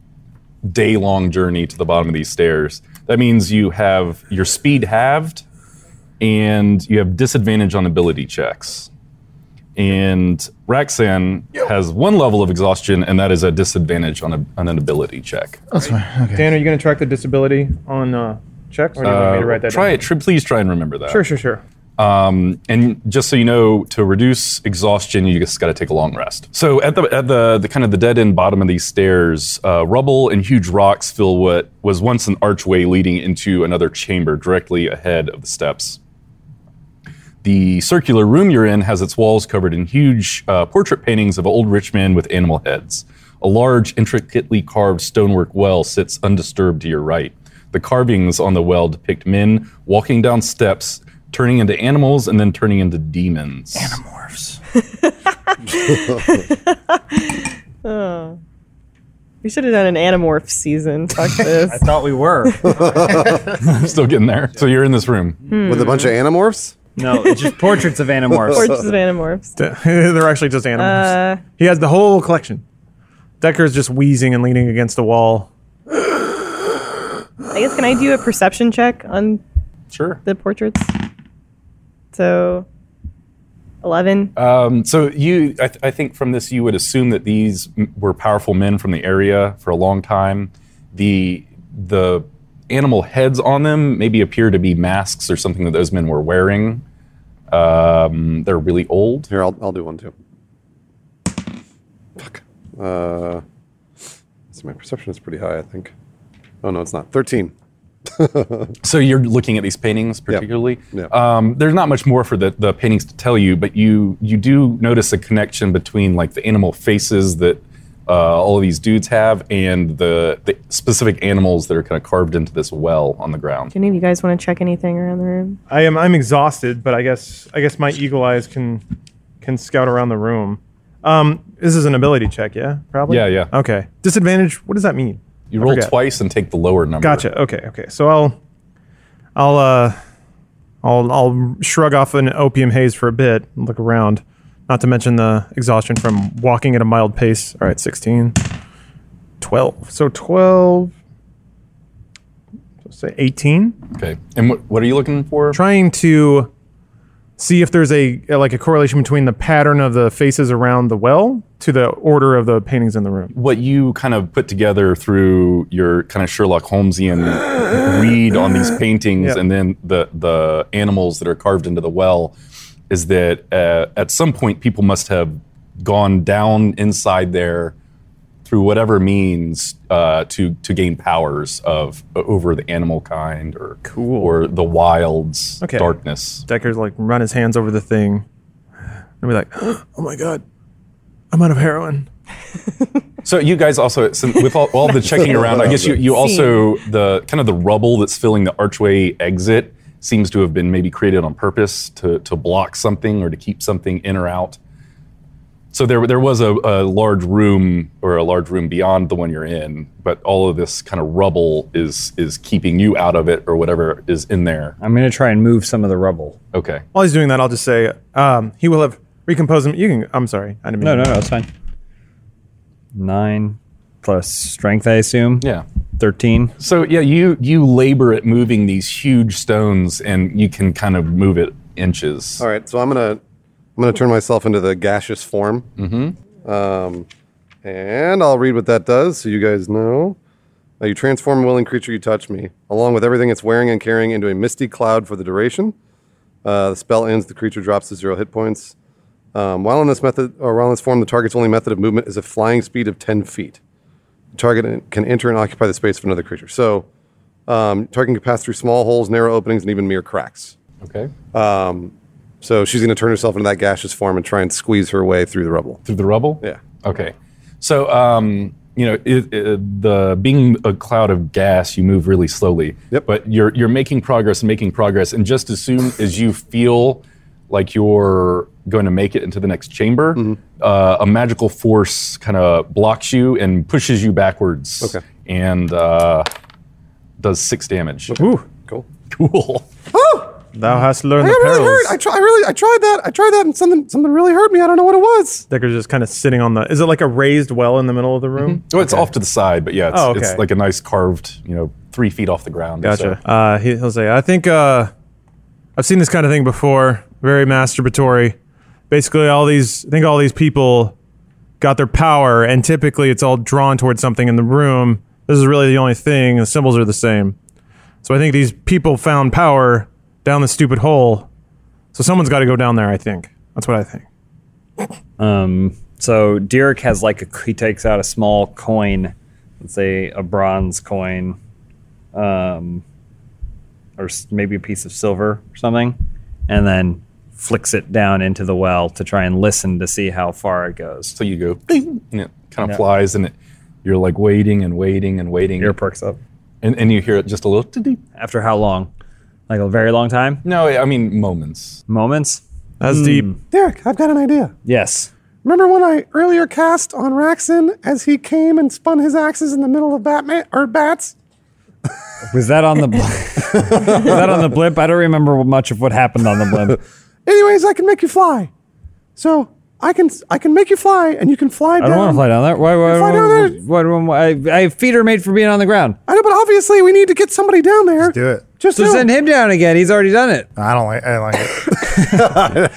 day-long journey to the bottom of these stairs. That means you have your speed halved, and you have disadvantage on ability checks. And Raxan has one level of exhaustion, and that is a disadvantage on, a, on an ability check. Dan, are you going to track the disability on uh, checks, or do you want me to write that? Uh, try down? it. Tr- please try and remember that. Sure, sure, sure. Um, and just so you know, to reduce exhaustion, you just got to take a long rest. So at the at the, the kind of the dead end bottom of these stairs, uh, rubble and huge rocks fill what was once an archway leading into another chamber directly ahead of the steps. The circular room you're in has its walls covered in huge uh, portrait paintings of old rich men with animal heads. A large, intricately carved stonework well sits undisturbed to your right. The carvings on the well depict men walking down steps, turning into animals, and then turning into demons. We should have done an Animorph season. Fuck this. Thought we were. Still getting there. So you're in this room. With a bunch of animorphs? No, it's just portraits of animorphs. Portraits of Animorphs. They're actually just animals. Uh, he has the whole collection. Decker's just wheezing and leaning against the wall. I guess can I do a perception check on Sure. the portraits? So, eleven. Um, so you, I, th- I think from this, you would assume that these m- were powerful men from the area for a long time. The the animal heads on them maybe appear to be masks or something that those men were wearing. Um, they're really old. Here, I'll, I'll do one too. Fuck. Uh, so my perception is pretty high, I think. Oh no, it's not. Thirteen. So you're looking at these paintings particularly. Yeah. Um, there's not much more for the, the paintings to tell you, but you you do notice a connection between like the animal faces that uh, all of these dudes have and the, the specific animals that are kind of carved into this well on the ground. Do any of you guys want to check anything around the room? I am I'm exhausted, but I guess I guess my eagle eyes can can scout around the room. Um, this is an ability check, yeah, probably. Yeah, yeah. Okay. Disadvantage. What does that mean? You I roll forget. twice and take the lower number. Gotcha. Okay. Okay. So I'll I'll uh I'll I'll shrug off an opium haze for a bit and look around. Not to mention the exhaustion from walking at a mild pace. All right, 16. 12. So 12 so say 18. Okay. And what, what are you looking for? trying to see if there's a like a correlation between the pattern of the faces around the well to the order of the paintings in the room. what you kind of put together through your kind of Sherlock Holmesian read on these paintings Yeah. and then the the animals that are carved into the well is that uh, at some point people must have gone down inside there through whatever means uh, to to gain powers of over the animal kind or Cool. or the wilds Okay. darkness. Decker's like run his hands over the thing and be like, "Oh my god, I'm out of heroin." So you guys also, since with all, all the checking around, I guess you, you also the kind of the rubble that's filling the archway exit seems to have been maybe created on purpose to to block something or to keep something in or out. So there there was a, a large room or a large room beyond the one you're in, but all of this kind of rubble is is keeping you out of it or whatever is in there. I'm gonna try and move some of the rubble. Okay. While he's doing that, I'll just say, um, he will have recomposed him. You can. I'm sorry, I didn't mean. No, no, no, it's fine. Nine plus strength, I assume. Yeah. Thirteen. So yeah, you you labor at moving these huge stones, and you can kind of move it inches. All right, so I'm gonna I'm gonna turn myself into the gaseous form. Mm-hmm. Um, and I'll read what that does, so you guys know. Now you transform a willing creature you touch me, along with everything it's wearing and carrying, into a misty cloud for the duration. Uh, the spell ends. The creature drops to zero hit points. Um, while in this method, or while in this form, the target's only method of movement is a flying speed of 10 feet. The target can enter and occupy the space of another creature. So, um, target can pass through small holes, narrow openings, and even mere cracks. Okay. Um, So she's going to turn herself into that gaseous form and try and squeeze her way through the rubble. through the rubble. Yeah. Okay. So, um, you know, it, it, the being a cloud of gas, you move really slowly. Yep. But you're you're making progress, and making progress, and just as soon as you feel like you're going to make it into the next chamber, Mm-hmm. uh, a magical force kind of blocks you and pushes you backwards. Okay. And uh, does six damage. Ooh, Cool. Cool. thou hast learned I the got really perils. hurt. I, try, I really, I tried that. I tried that, and something, something really hurt me. I don't know what it was. Decker's just kind of sitting on the. Is it like a raised well in the middle of the room? Well, Mm-hmm. Oh, it's off to the side, but yeah, it's, Oh, okay. it's like a nice carved, you know, three feet off the ground. or so. Gotcha. Uh, he, he'll say, I think uh, I've seen this kind of thing before. Very masturbatory. Basically, all these, I think all these people got their power, and typically it's all drawn towards something in the room. This is really the only thing. The symbols are the same. So I think these people found power down the stupid hole. So someone's got to go down there, I think. That's what I think. Um, so Derek has like a he takes out a small coin, let's say a bronze coin, um, or s- maybe a piece of silver or something, and then flicks it down into the well to try and listen to see how far it goes. So you go, "Bing," and it kind of flies, and it, you're like waiting and waiting and waiting, Ear perks up. and, and you hear it just a little. "Dee-dee." After how long? Like a very long time? No, I mean moments. Moments? Hmm. That's deep. Derek, I've got an idea. Yes. Remember when I earlier cast on Raxon as he came and spun his axes in the middle of Batman or bats? Was that on the bl- was that on the blimp? I don't remember much of what happened on the blimp. Anyways, I can make you fly. So I can I can make you fly, and you can fly I down. don't want to fly down there. Why? Why? fly Why? down why, there. why, why, why I, I feet are made for being on the ground. I know, but obviously we need to get somebody down there. do it. Just So do send it. him down again. He's already done it. I don't like. I don't like it.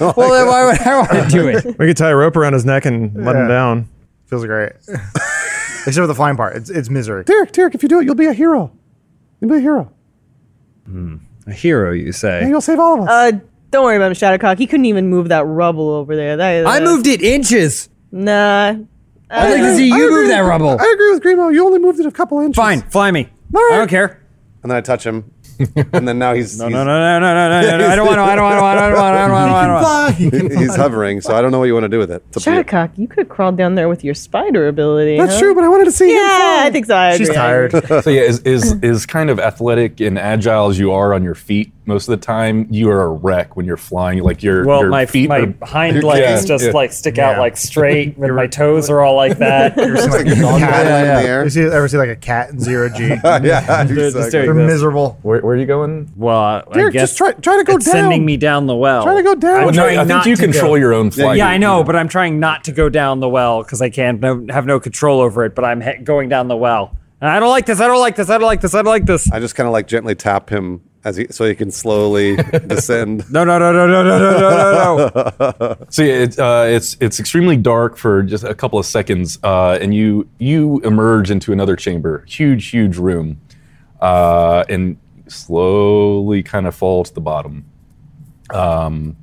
well, then why would I want to do it? We could tie a rope around his neck and let him Yeah. down. Feels great. Except for the flying part. It's it's misery. Derek, Derek, if you do it, you'll be a hero. And be a hero. A hero, you say? And you'll save all of us. Uh, don't worry about him, Shadowcock. He couldn't even move that rubble over there. That, I moved it inches. Nah. Uh, I'd like to see I you agree move with- that rubble. I agree with Grimo. You only moved it a couple inches. Fine, fly me. I don't care. And then I touch him. and then now he's, No, no, no, no, no, no, no, no. I don't want to. I don't want to. I don't want to. I don't want to. I don't want he's, he's hovering, so I don't know what you want to do with it. It's up to you. Shadowcock, you could have crawled down there with your spider ability. That's huh? true, but I wanted to see him. Yeah, I think so. I agree. She's I tired. agree. so yeah, as, as, as kind of athletic and agile as you are on your feet, most of the time you are a wreck when you're flying. Like your to. Well, your my feet my are- hind legs yeah, just yeah. like stick out like straight, and my toes are all like that. Like a dog paddling in the air. You see, ever see like a cat in zero G? yeah, just doing exactly. They're this. miserable. Where, where are you going? Well, I, I Derek, guess just try, try to go it's down. sending me down the well. Try to go down. I'm Well, no, trying I not think you to go- control your own flight. Yeah, I know, but I'm trying not to go down the well because I can't no, have no control over it. But I'm he- going down the well. And I don't like this. I don't like this. I don't like this. I don't like this. I just kind of like gently tap him as he so he can slowly descend. No, no, no, no, no, no, no, no, no, no. So yeah, it's uh, it's it's extremely dark for just a couple of seconds, uh, and you you emerge into another chamber, huge huge room, uh, and slowly kind of fall to the bottom. Um,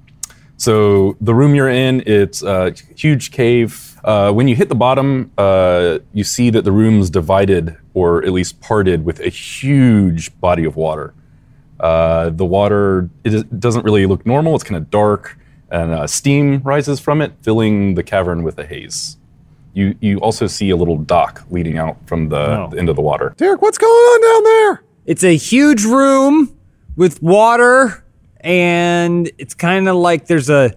so the room you're in, it's a huge cave. Uh, when you hit the bottom, uh, you see that the room's divided, or at least parted, with a huge body of water. Uh, the water it is- doesn't really look normal. It's kind of dark, and uh, steam rises from it, filling the cavern with a haze. You you also see a little dock leading out from the, Oh. the end of the water. Derek, what's going on down there? It's a huge room with water, and it's kind of like there's a,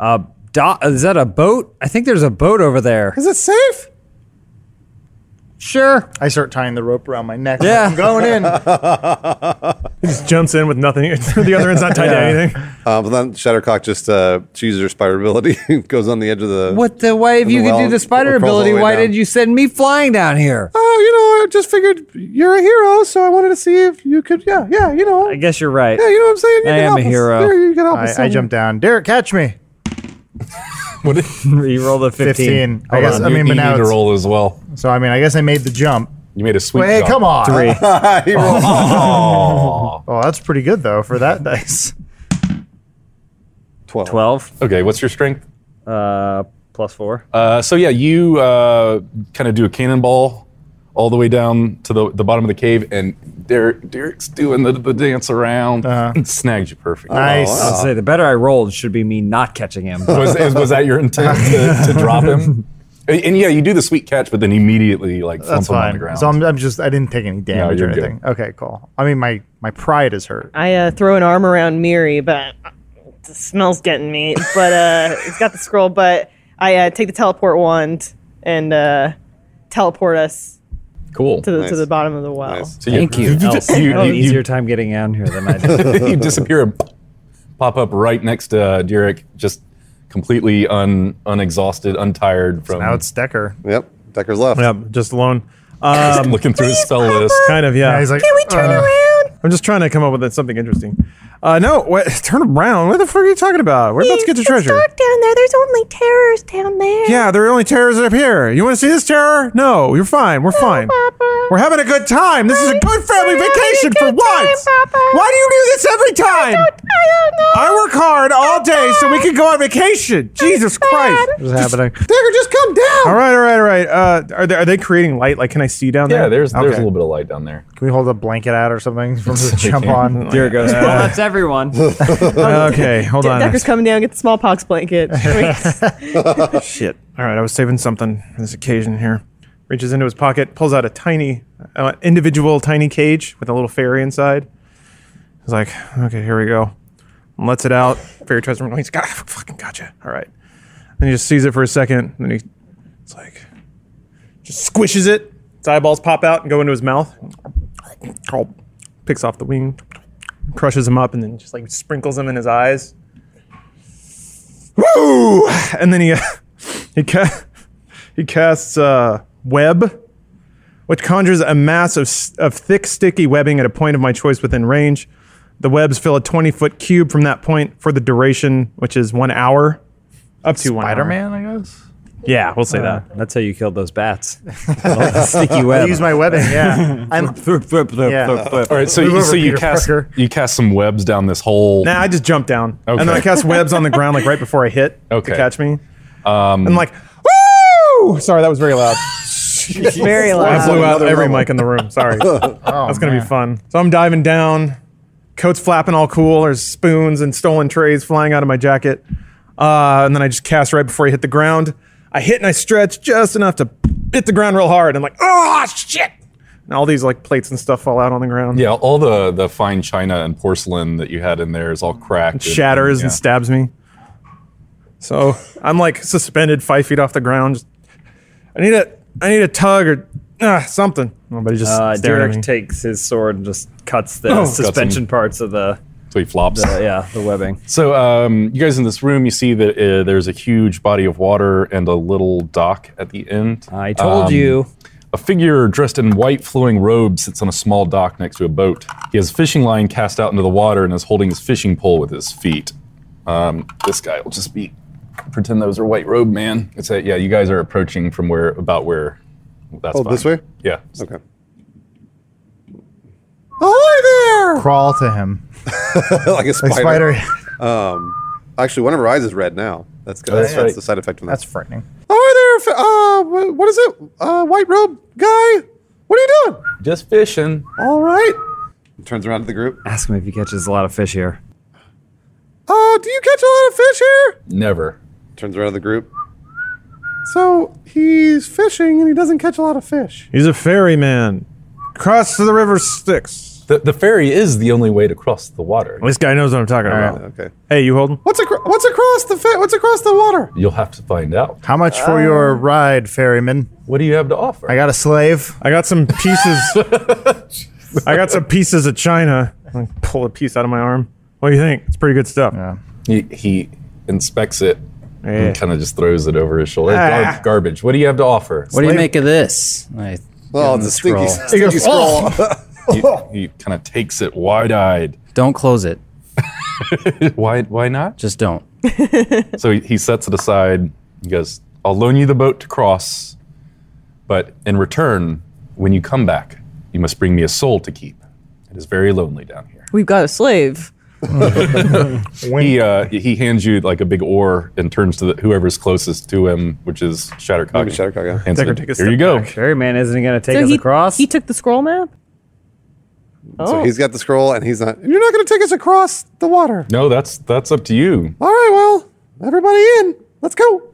a do- is that a boat? I think there's a boat over there. Is it safe? Sure. I start tying the rope around my neck. Yeah. I'm going in. Just jumps in with nothing. the other end's not tied to anything. Uh, but then Shattercock just uh, she uses her spider ability, goes on the edge of the. What the? Why if In the you could well, do the spider or crawls all the ability, way why down. did you send me flying down here? Oh, you know, I just figured you're a hero, so I wanted to see if you could. Yeah, yeah, you know. I guess you're right. yeah, you know what I'm saying? You I can am help a us. hero. Yeah, you can help us. I, I somehow. jump down. Derek, catch me. you roll the 15. 15. I Hold guess, on. I You- mean, you but now need to it's, roll as well. so I mean, I guess I made the jump. You made a sweet. Wait, hey, job. come on. he rolled Oh, that's pretty good though for that dice. twelve. 12 Okay, what's your strength? uh, plus 4. Uh, so yeah, you uh, kind of do a cannonball all the way down to the, the bottom of the cave, and Derek, Derek's doing the, the dance around. and Snags you perfect. Uh-huh. Nice. Oh, wow. I'd say the better I rolled should be me not catching him. Was, is- was that your intent to, to drop him? And, and yeah, you do the sweet catch, but then immediately like That's flump him on the fine. ground. So I'm, I'm just I didn't take any damage you're or good. anything. Okay, cool. I mean, my my pride is hurt. I uh, throw an arm around Miri, but the smell's getting me. But uh, it's got the scroll. But I uh, take the teleport wand and uh, teleport us cool. to the, to Nice. the bottom of the well. Nice. So you- Thank you. Else, You- you, had you- an easier time getting down here than I did. you disappear and pop up right next to uh, Derek, just completely un unexhausted, untired from Now it's Decker. Yep. Decker's left. Yep, just alone. Uh, Um, just looking through his spell list. Kind of, yeah. uh, Yeah, he's like, can we turn Around. I'm just trying to come up with something interesting. Uh, no, what, turn around. What the fuck are you talking about? We're about to get the It's treasure. dark down there. There's only terrors down there. Yeah, there are only terrors up here. You want to see this terror? No, you're fine. We're fine. Papa. We're having a good time. This is a good family We're having vacation a for good time, once. Papa. Why do you do this every I time? don't know. I work hard all day so we can go on vacation. Jesus Christ. What's happening? Decker, just come down. All right, all right, all right. Uh, are, they, are they creating light? Like, can I see down there? Yeah, there's there's Okay. a little bit of light down there. Can we hold a blanket out or something for him to jump on? Here it goes. Well, that's everyone. Okay, hold on. Decker's coming down. Get the smallpox blanket. Shit. All right, I was saving something for this occasion here. Reaches into his pocket, pulls out a tiny, uh, individual tiny cage with a little fairy inside. He's like, okay, here we go. And lets it out. Fairy tries to run away. He's like, ah, fucking gotcha. All right. Then he just sees it for a second. Then he, it's like, just squishes it. Its eyeballs pop out and go into his mouth. Picks off the wing, crushes him up, and then just like sprinkles him in his eyes. Woo! And then he he ca- he casts uh, web, which conjures a mass of s- of thick, sticky webbing at a point of my choice within range. The webs fill a twenty foot cube from that point for the duration, which is one hour, up to one hour. Spider Man, I guess. Yeah, we'll say Uh, that. That's how you killed those bats. All Oh, the sticky web. I use my webbing. Yeah, I'm Yeah. All right, so you, so you cast you cast some webs down this hole. Nah, I just jumped down. Okay. And then I cast webs on the ground like right before I hit Okay. to catch me. Um, I'm like, woo! Sorry, that was very loud. Very loud. I blew out Another every level. mic in the room. Sorry. Oh, That's going to be fun. So I'm diving down. Coat's flapping all cool. There's spoons and stolen trays flying out of my jacket. Uh, and then I just cast right before I hit the ground. I hit and I stretch just enough to hit the ground real hard. I'm like, oh, shit. And all these like plates and stuff fall out on the ground. yeah, all the the fine china and porcelain that you had in there is all cracked, and- shatters yeah. and stabs me. So I'm like suspended five feet off the ground. Just, I need a I need a tug or uh, something. Nobody just Uh, staring at Derek me. takes his sword and just cuts the Oh, Cuts suspension him. parts of the, So he flops. the yeah the webbing. So um, you guys in this room, you see that uh, there's a huge body of water and a little dock at the end. I told Um, you. A figure dressed in white flowing robe sits on a small dock next to a boat. He has a fishing line cast out into the water and is holding his fishing pole with his feet. Um, this guy will just be pretend those are white robe man. It's a, yeah, you guys are approaching from where about where that's Oh, fine. this way? Yeah. Okay. Ahoy there! Crawl to him. like a Like spider. spider. Um, actually, one of her eyes is red now. That's good. That's, That's that's right. the side effect of that. That's frightening. Ahoy there! fa- Uh, wha- what is it? Uh, white robe guy? What are you doing? Just fishing. All right. Turns around to the group. Ask him if he catches a lot of fish here. Uh, do you catch a lot of fish here? Never. Turns around to the group. So he's fishing and he doesn't catch a lot of fish. He's a ferryman. Cross to the river Styx. The, the ferry is the only way to cross the water. This guy knows what I'm talking about. Okay. Hey, you holding? What's acro- what's across the fa- what's across the water? You'll have to find out. How much for your ride, ferryman? Uh, What do you have to offer? I got a slave. I got some pieces. I got some pieces of china. I pull a piece out of my arm. What do you think? It's pretty good stuff. he, he inspects it Yeah. and kind of just throws it over his shoulder. Gar- Ah. garbage. What do you have to offer? What do you make of this? I Oh, give him it's the a stinky, scroll. stinky scroll. He, he kind of takes it wide eyed. Don't close it. Why? Why not? Just don't. So he, he sets it aside. He goes, "I'll loan you the boat to cross, but in return, when you come back, you must bring me a soul to keep. It is very lonely down here." We've got a slave. He uh, he hands you like a big oar and turns to the, whoever's closest to him, which is Shattercock. Maybe Shattercock, yeah. Hands Decker, it- take a Here step you go. Ferryman isn't he gonna take us he, across? he took the scroll map. Oh, So he's got the scroll and he's not. You're not going to take us across the water. No, that's that's up to you. All right, well, everybody in. Let's go.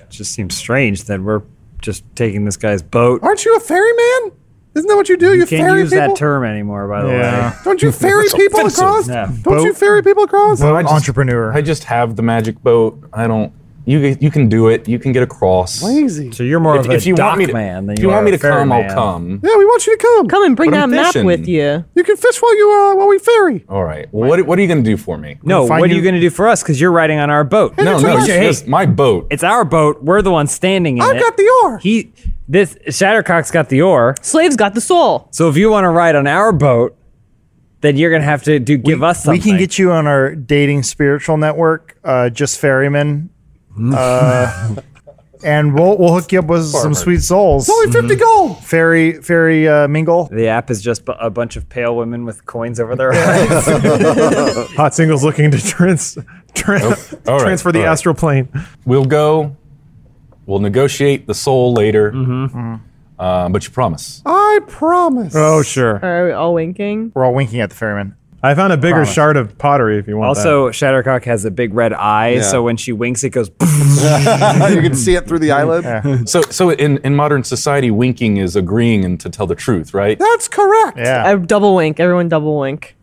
it just seems strange that we're just taking this guy's boat. Aren't you a ferryman? Isn't that what you do? You, Can't ferry use people. that term anymore, by the Yeah. way. Don't you ferry people offensive. across? Yeah. Don't Boat- you ferry people across? Boat entrepreneur. I just have the magic boat. I don't. You g- you can do it. You can get across. Easy. So you're more If, of a if you dock want me to, man than if you, you are want me a to come, I'll ferryman. come. Yeah, we want you to come. come and bring But that I'm map fishing. with you. You can fish while you uh, while we ferry. All right. Well, what what are you going to do for me? No, find what are you- you going to do for us? Because you're riding on our boat. no, it's no. yours. It's just my boat. It's our boat. We're the ones standing in I've it. got the oar. He, this Shattercock's got the oar. Slave's got the soul. So if you want to ride on our boat, then you're going to have to do give us We something. can get you on our dating spiritual network, uh, just ferryman, Hmm. uh, and we'll we'll hook you up with some sweet souls. Only 50 gold. Ferry ferry uh, mingle. The app is just bu- a bunch of pale women with coins over their eyes. Hot singles looking to trans, trans, All right, transfer the all right. astral plane. We'll go. We'll negotiate the soul later. Mm-hmm. Uh, but you promise. I promise. Oh sure. Are we all winking? We're all winking at the ferryman. I found a bigger shard of pottery if you want. also, Shattercock has a big red eye, so when she winks, it goes. you can see it through the eyelid. So so in, in modern society, winking is agreeing and to tell the truth, right? That's correct. Yeah. I double wink. Everyone double wink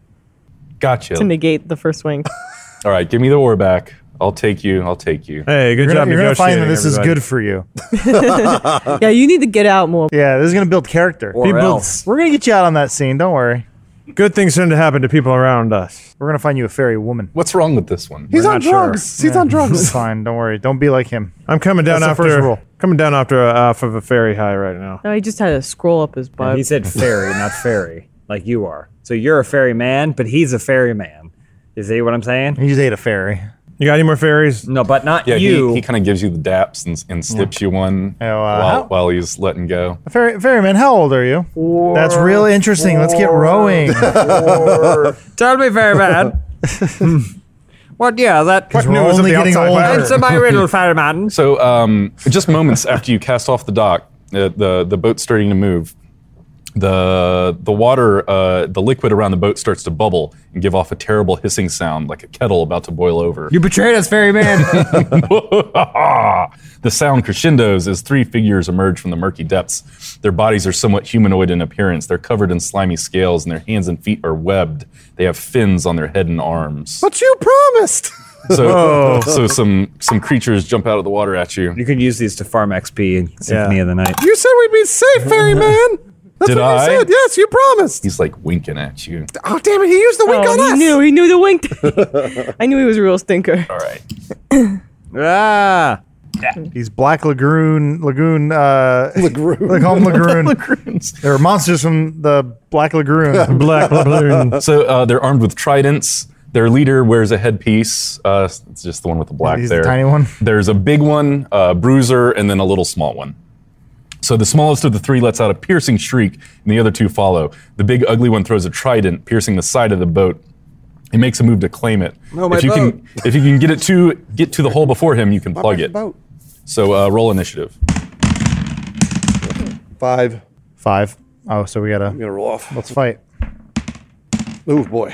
Gotcha. to negate the first wink. All right. Give me the oar back. I'll take you. I'll take you. that. hey, good You're job gonna, you're gonna find negotiating. that this everybody. is good for you. yeah, you need to get out more. Yeah, this is gonna build character. Or People- else. We're gonna get you out on that scene. Don't worry. Good things tend to happen to people around us. We're gonna find you a fairy woman. What's wrong with this one? He's We're on not sure. drugs. He's on drugs. It's fine. Don't worry. Don't be like him. I'm coming down That's after the first rule. coming down after uh, off of a ferry high right now. No, he just had to scroll up his butt. he said fairy, not fairy, like you are. So you're a fairy man, but he's a fairy man. You see what I'm saying? He just ate a fairy. You got any more fairies? No, but not Yeah, you. he, he kind of gives you the daps and, and slips you one Oh, uh, while, while he's letting go. Ferry, ferryman, how old are you? That's real interesting. Let's get rowing. Tell me, Fairman. Hmm. what year is that? we're news of only the getting outside older. matter? Answer my riddle, Fairman. So, um, just moments after you cast off the dock, uh, the the boat's starting to move. The the water, uh, the liquid around the boat starts to bubble and give off a terrible hissing sound, like a kettle about to boil over. You betrayed us, Ferryman. the sound crescendos as three figures emerge from the murky depths. Their bodies are somewhat humanoid in appearance. They're covered in slimy scales, and their hands and feet are webbed. They have fins on their head and arms. But you promised. Oh. So, so some some creatures jump out of the water at you. You could use these to farm XP in Symphony of the Night. You said we'd be safe, ferryman. That's Did what I? you said. Yes, you promised. He's like winking at you. Oh damn it! He used the wink on Oh, us. he knew. He knew the wink. I knew he was a real stinker. All right. ah. These black lagoon lagoon uh Lagroon. they call them lagoon. They're monsters from the black lagoon. Black Lagoon. So uh, they're armed with tridents. Their leader wears a headpiece. Uh, it's just the one with the black He's the there. tiny one. There's a big one, a bruiser, and then a little small one. So the smallest of the three lets out a piercing shriek, and the other two follow. The big ugly one throws a trident, piercing the side of the boat. He makes a move to claim it. No, my if you can, if you can get it to get to the hole before him, you can plug it. Boat. So uh, roll initiative. Five. Five. Oh, so we I'm gotta gonna roll off. let's fight. Uh, Oh boy.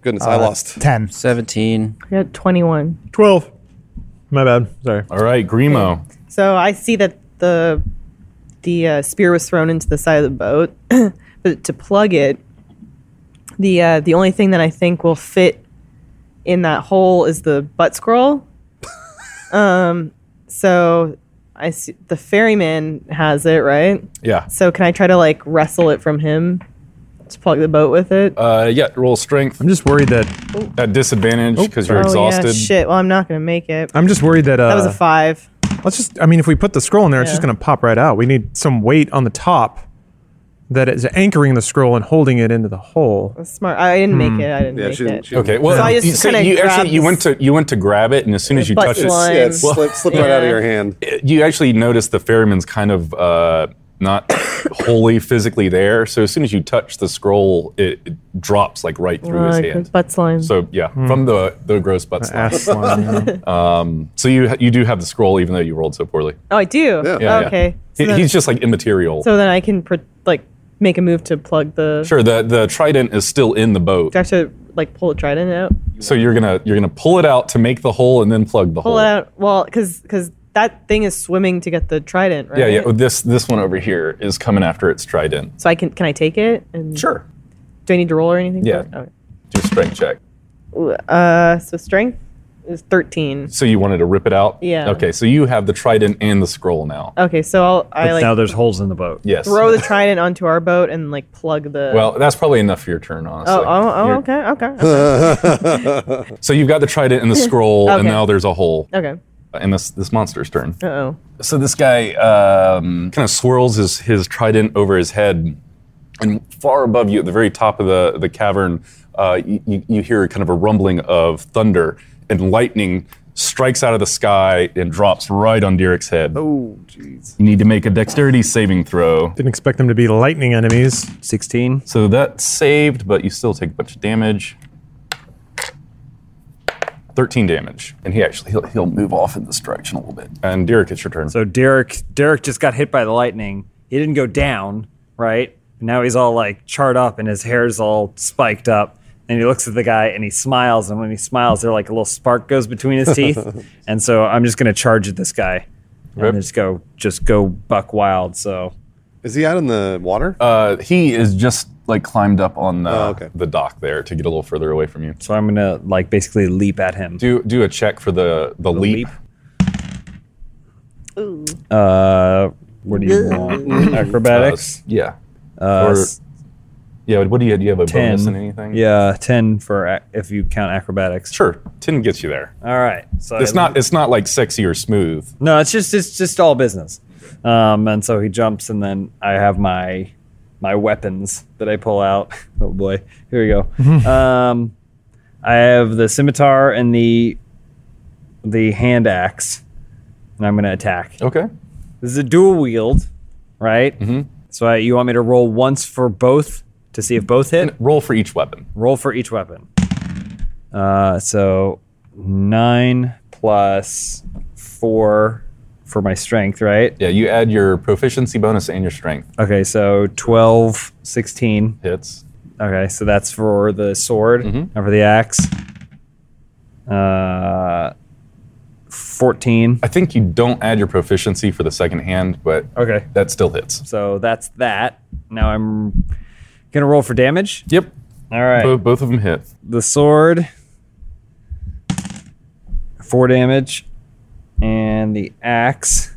Goodness, I lost. Ten. 17. I got 21. Twelve. My bad. Sorry. All right, Grimo. So I see that the the uh, spear was thrown into the side of the boat, but to plug it, the uh, the only thing that I think will fit in that hole is the butt scroll. um, so I see the ferryman has it right. Yeah. So can I try to like wrestle it from him to plug the boat with it? Uh, yeah. Roll strength I'm just worried that at disadvantage because you're exhausted. Oh, yeah, shit. Well, I'm not gonna make it. I'm just worried that uh, that was a five. let's just. I mean, if we put the scroll in there, it's Yeah. just going to pop right out. We need some weight on the top that is anchoring the scroll and holding it into the hole. That's smart. I didn't make it. I didn't Hmm. Yeah, make she it. didn't. She Okay. Well, So I just you, so kinda you grabbed actually you this- went to you went to grab it, and as soon as you Butt touched slime. it, Yeah, it slipped, slipped right out of Yeah. your hand. it- you actually noticed the ferryman's kind of uh, not wholly physically there. So as soon as you touch the scroll, it, it drops like right through his Like, hand. butt slime. So yeah, from the the gross butt slime. Um, Ass line, yeah. So you you do have the scroll, even though you rolled so poorly. oh, I do. Yeah. Yeah, yeah. okay. So He- then- he's just like immaterial. So then I can pr- like make a move to plug the. sure, the the trident is still in the boat. Do I have to like pull a trident out? So you're gonna you're gonna pull it out to make the hole and then plug the Pull hole. it out. Well, because because that thing is swimming to get the trident, right? Yeah, yeah. This this one over here is coming after its trident. So I can can I take it? And Sure. Do I need to roll or anything? Yeah. For it? Okay. Do a strength check. Ooh, Uh, so strength is thirteen. So you wanted to rip it out? Yeah. Okay, so you have the trident and the scroll now. Okay, so I'll I like now there's holes in the boat. Yes. throw the trident onto our boat and like plug the. well, that's probably enough for your turn, honestly. Oh, oh, oh, You're- okay, okay, okay. So you've got the trident and the scroll, and oh. Okay. now there's a hole. okay. And this this monster's turn. Uh oh. So this guy um, kind of swirls his, his trident over his head, and far above you, at the very top of the, the cavern, uh, you, you- you hear kind of a rumbling of thunder, and lightning strikes out of the sky and drops right on Derek's head. Oh, jeez. You need to make a dexterity saving throw. Didn't expect them to be lightning enemies. 16. So that's saved, but you still take a bunch of damage. 13 damage. And he actually, he'll, he'll move off in this direction a little bit. And Derek, it's your turn. So Derek Derek just got hit by the lightning. He didn't go down, right? Now he's all like charred up and his hair's all spiked up. And he looks at the guy and he smiles. And when he smiles, there like a little spark goes between his teeth. and so I'm just gonna charge at this guy and Rip. just go just go buck wild. So Is he out in the water? Uh, he is just like climbed up on the, Oh, okay. the dock there to get a little further away from you. so I'm gonna like basically leap at him. Do do a check for the, the, leap. Uh, what do you want? Uh, Acrobatics. yeah. Uh, or- s- Yeah, what do you do? You have a ten. bonus in anything? Yeah, ten for ac- if you count acrobatics. Sure. 10 gets you there. All right. So It's I not it's not like sexy or smooth. No, it's just it's just all business. Um, and so he jumps, and then I have my my weapons that I pull out. Oh boy, here we go. um, I have the scimitar and the the hand axe, and I'm going to attack. Okay. This is a dual wield, right? Mm-hmm. So I, you want me to roll once for both to see if both hit? Roll for each weapon. Roll for each weapon. Uh, so nine plus four for my strength, right? Yeah, you add your proficiency bonus and your strength. Okay, so 12, 16. Hits. Mm-hmm. Okay, so that's for the sword and for the axe. Uh, 14. I think you don't add your proficiency for the second hand, but Okay, that still hits. so that's that. Now I'm going to roll for damage. Yep. All right. Bo- both of them hit. the sword, four damage, and the axe,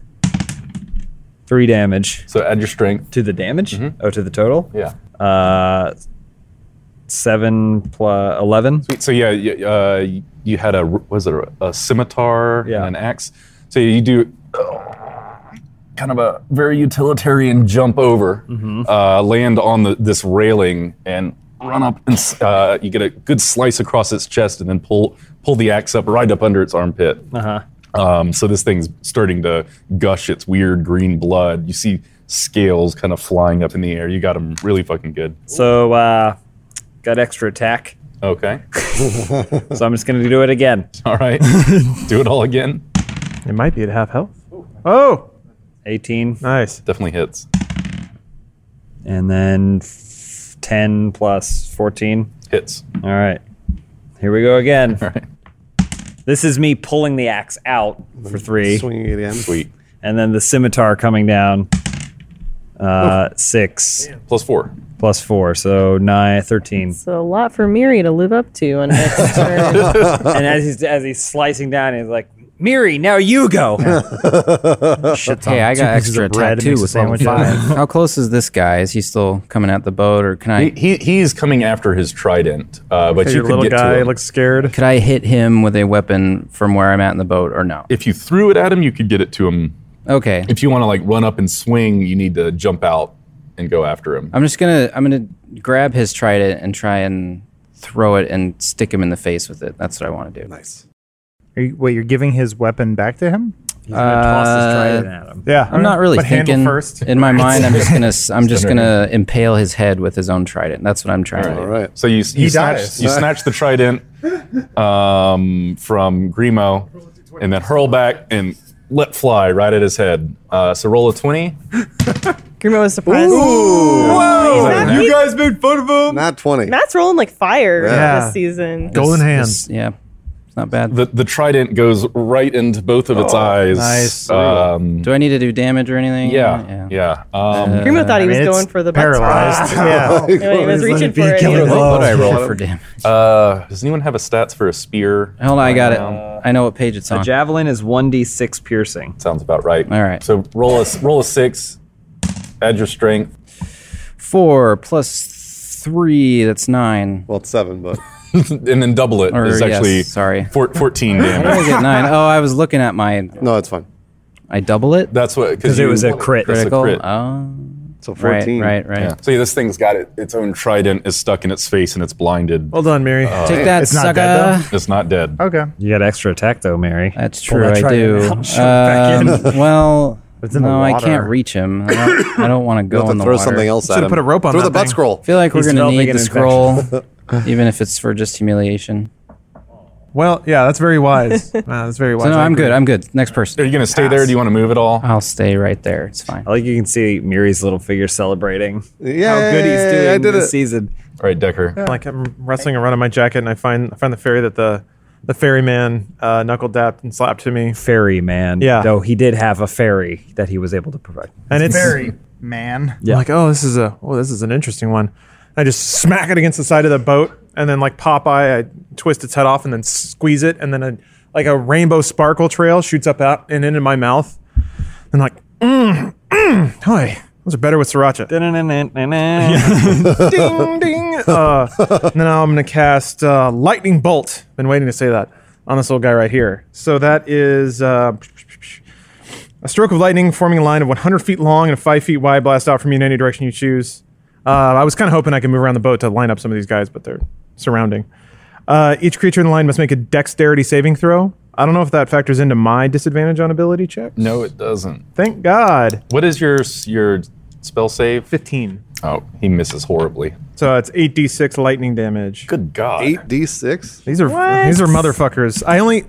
three damage So add your strength. Mm-hmm. to the damage. Oh, to the total. Yeah. Uh, seven plus eleven. Sweet. So yeah, you, uh, you had a was it a, a scimitar Yeah. and an axe? So you do kind of a very utilitarian jump over, uh, land on the, this railing, and run up, and s- uh, you get a good slice across its chest, and then pull pull the axe up right up under its armpit. Uh huh. Um, so this thing's starting to gush its weird green blood. You see scales kind of flying up in the air. You got them really fucking good. So uh, got extra attack. Okay, So I'm just gonna do it again. all right, do it all again. It might be at half health. Oh, Eighteen, nice. Definitely hits. and then f- ten plus fourteen. Hits. All right. Here we go again. All right. This is me pulling the axe out for three. Swinging it in. Sweet. and then the scimitar coming down uh six Plus four. plus four so nine 13 It's a lot for Miri to live up to on her next turn. and as he's as he's slicing down he's like miri now you go Hey, I Two got pieces extra of bread attack and too makes a with level sandwich out of five. How close is this guy? Is he still coming at the boat, or can I? He, he he's coming after his trident, uh, but Hey, you your could little get guy to him. looks scared. could I hit him with a weapon from where I'm at in the boat, or no? if you threw it at him, you could get it to him. Okay, If you want to like run up and swing, you need to jump out and go after him. I'm just gonna I'm gonna grab his trident and try and throw it and stick him in the face with it. That's what I want to do. Nice. Are you, wait, you're giving his weeping back to him? he's gonna toss his trident at him Yeah. Uh, I'm not really but handle thinking. first. In my mind, I'm just gonna s- I'm just gonna impale his head with his own trident. That's what I'm trying to All do. right. So you you snatch, dies. you snatch the trident um, from Grimo, and then hurl back and let fly right at his head. Uh, so roll a twenty. Grimo was surprised. Matt, Matt, guys made fun of him. Not 20. Matt's rolling like fire Yeah. this season. Golden This- hands. yeah, it's not bad. Oh, The the trident goes right into both of its eyes. nice. Um, do I need to do damage or anything? Uh, yeah, yeah. Um, Grimo thought he was mean, it's going for the butt spot. Paralyzed. yeah. You know, he was reaching for it. and he was like, what What did I roll? for damage? Uh, does anyone have a stats for a spear? Hold on, I got it. now? I know what page it's the on. javelin is 1d6 piercing Sounds about right. All right. So roll a roll a six. Add your strength. Four plus three. That's nine. Well, it's seven, but and then double it Or is yes, actually sorry. four- 14 Where damage. did I get nine. Oh, I was looking at my. no, it's fine. I double it. That's what because it you- was a crit That's a Critical. crit. Oh, So 14. right, right, right. Yeah. So yeah, this thing's got it, its own trident is stuck in its face and it's blinded. Well done, Mary. Take that, It's not dead, sucker. It's not dead. Okay. you got extra attack though mary That's true. that I do. trident out, shove it back Um, well, in the no, I can't water. reach him. I don't, I don't want to You go have to in the throw water. something else at Should've him. put a rope on Throw that the butt thing. scroll. I feel like we're He's gonna developing need an the scroll, even if it's for just humiliation. Well, yeah, that's very wise. Wow, that's very wise. So no, I I'm agree. good. I'm good. Next person. Are you going to stay there? Do you want to move at all? I'll stay right there. It's fine. I like you can see Miri's little figure celebrating Yeah, how good he's doing I did this it. season. All right, Decker. Like I'm wrestling around in my jacket, and I find I find the fairy that the the ferryman uh, knuckle dapped and slapped to me, Fairy man. Yeah. Though he did have a fairy that he was able to provide. and it's Very man. I'm like, oh, this is a oh, this is an interesting one. I just smack it against the side of the boat, and then like Popeye, I twist its head off and then squeeze it, and then a, like a rainbow sparkle trail shoots up out and into my mouth, and like, mmm, mmm, hoy, those are better with sriracha. ding ding. Uh, now I'm gonna cast uh, lightning bolt. Been waiting to say that on this little guy right here. So that is uh, a stroke of lightning forming a line of 100 feet long and 5 feet wide blast out from you in any direction you choose. Uh, I was kind of hoping I could move around the boat to line up some of these guys, but they're surrounding. Uh, each creature in the line must make a dexterity saving throw. I don't know if that factors into my disadvantage on ability check. No, it doesn't. Thank God. What is your your spell save? 15. Oh, he misses horribly. So it's 8d6 lightning damage. Good God. 8d6? These are What? these are motherfuckers. I only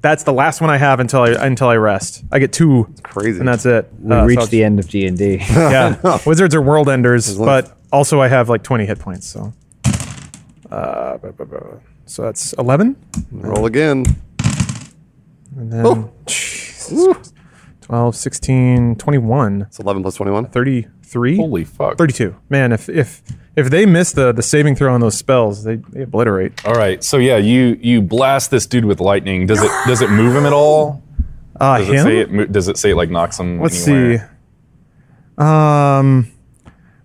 that's the last one I have until I until I rest. I get two Crazy. and that's it. We Uh, so reached I'll- the end of D and D. yeah. Wizards are world enders, like- but also I have like 20 hit points, so uh, bu- bu- bu- so that's 11 Roll again. and then Oh. 12, 16, 21, It's 11 plus 21. 33. Holy fuck. 32. Man, if if if they miss the the saving throw on those spells, they, they obliterate. All right. So yeah, you you blast this dude with lightning. Does it does it move him at all? Uh, Does it him? say it mo- does it say it like knocks him Mm, Let's anywhere? see. Um,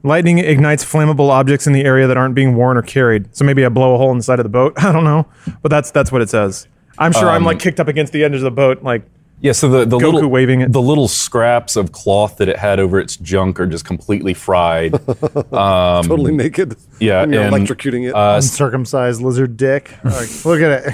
lightning ignites flammable objects in the area that aren't being worn or carried. So maybe I blow a hole in the side of the boat. I don't know, but that's that's what it says. I'm sure I'm Um, like kicked up against the end of the boat. Like Yeah, so the, the Goku little waving it. the little scraps of cloth that it had over its junk are just completely fried. Um, totally naked. yeah, And you're and- electrocuting it. Uh, Uncircumcised lizard dick. Like, look at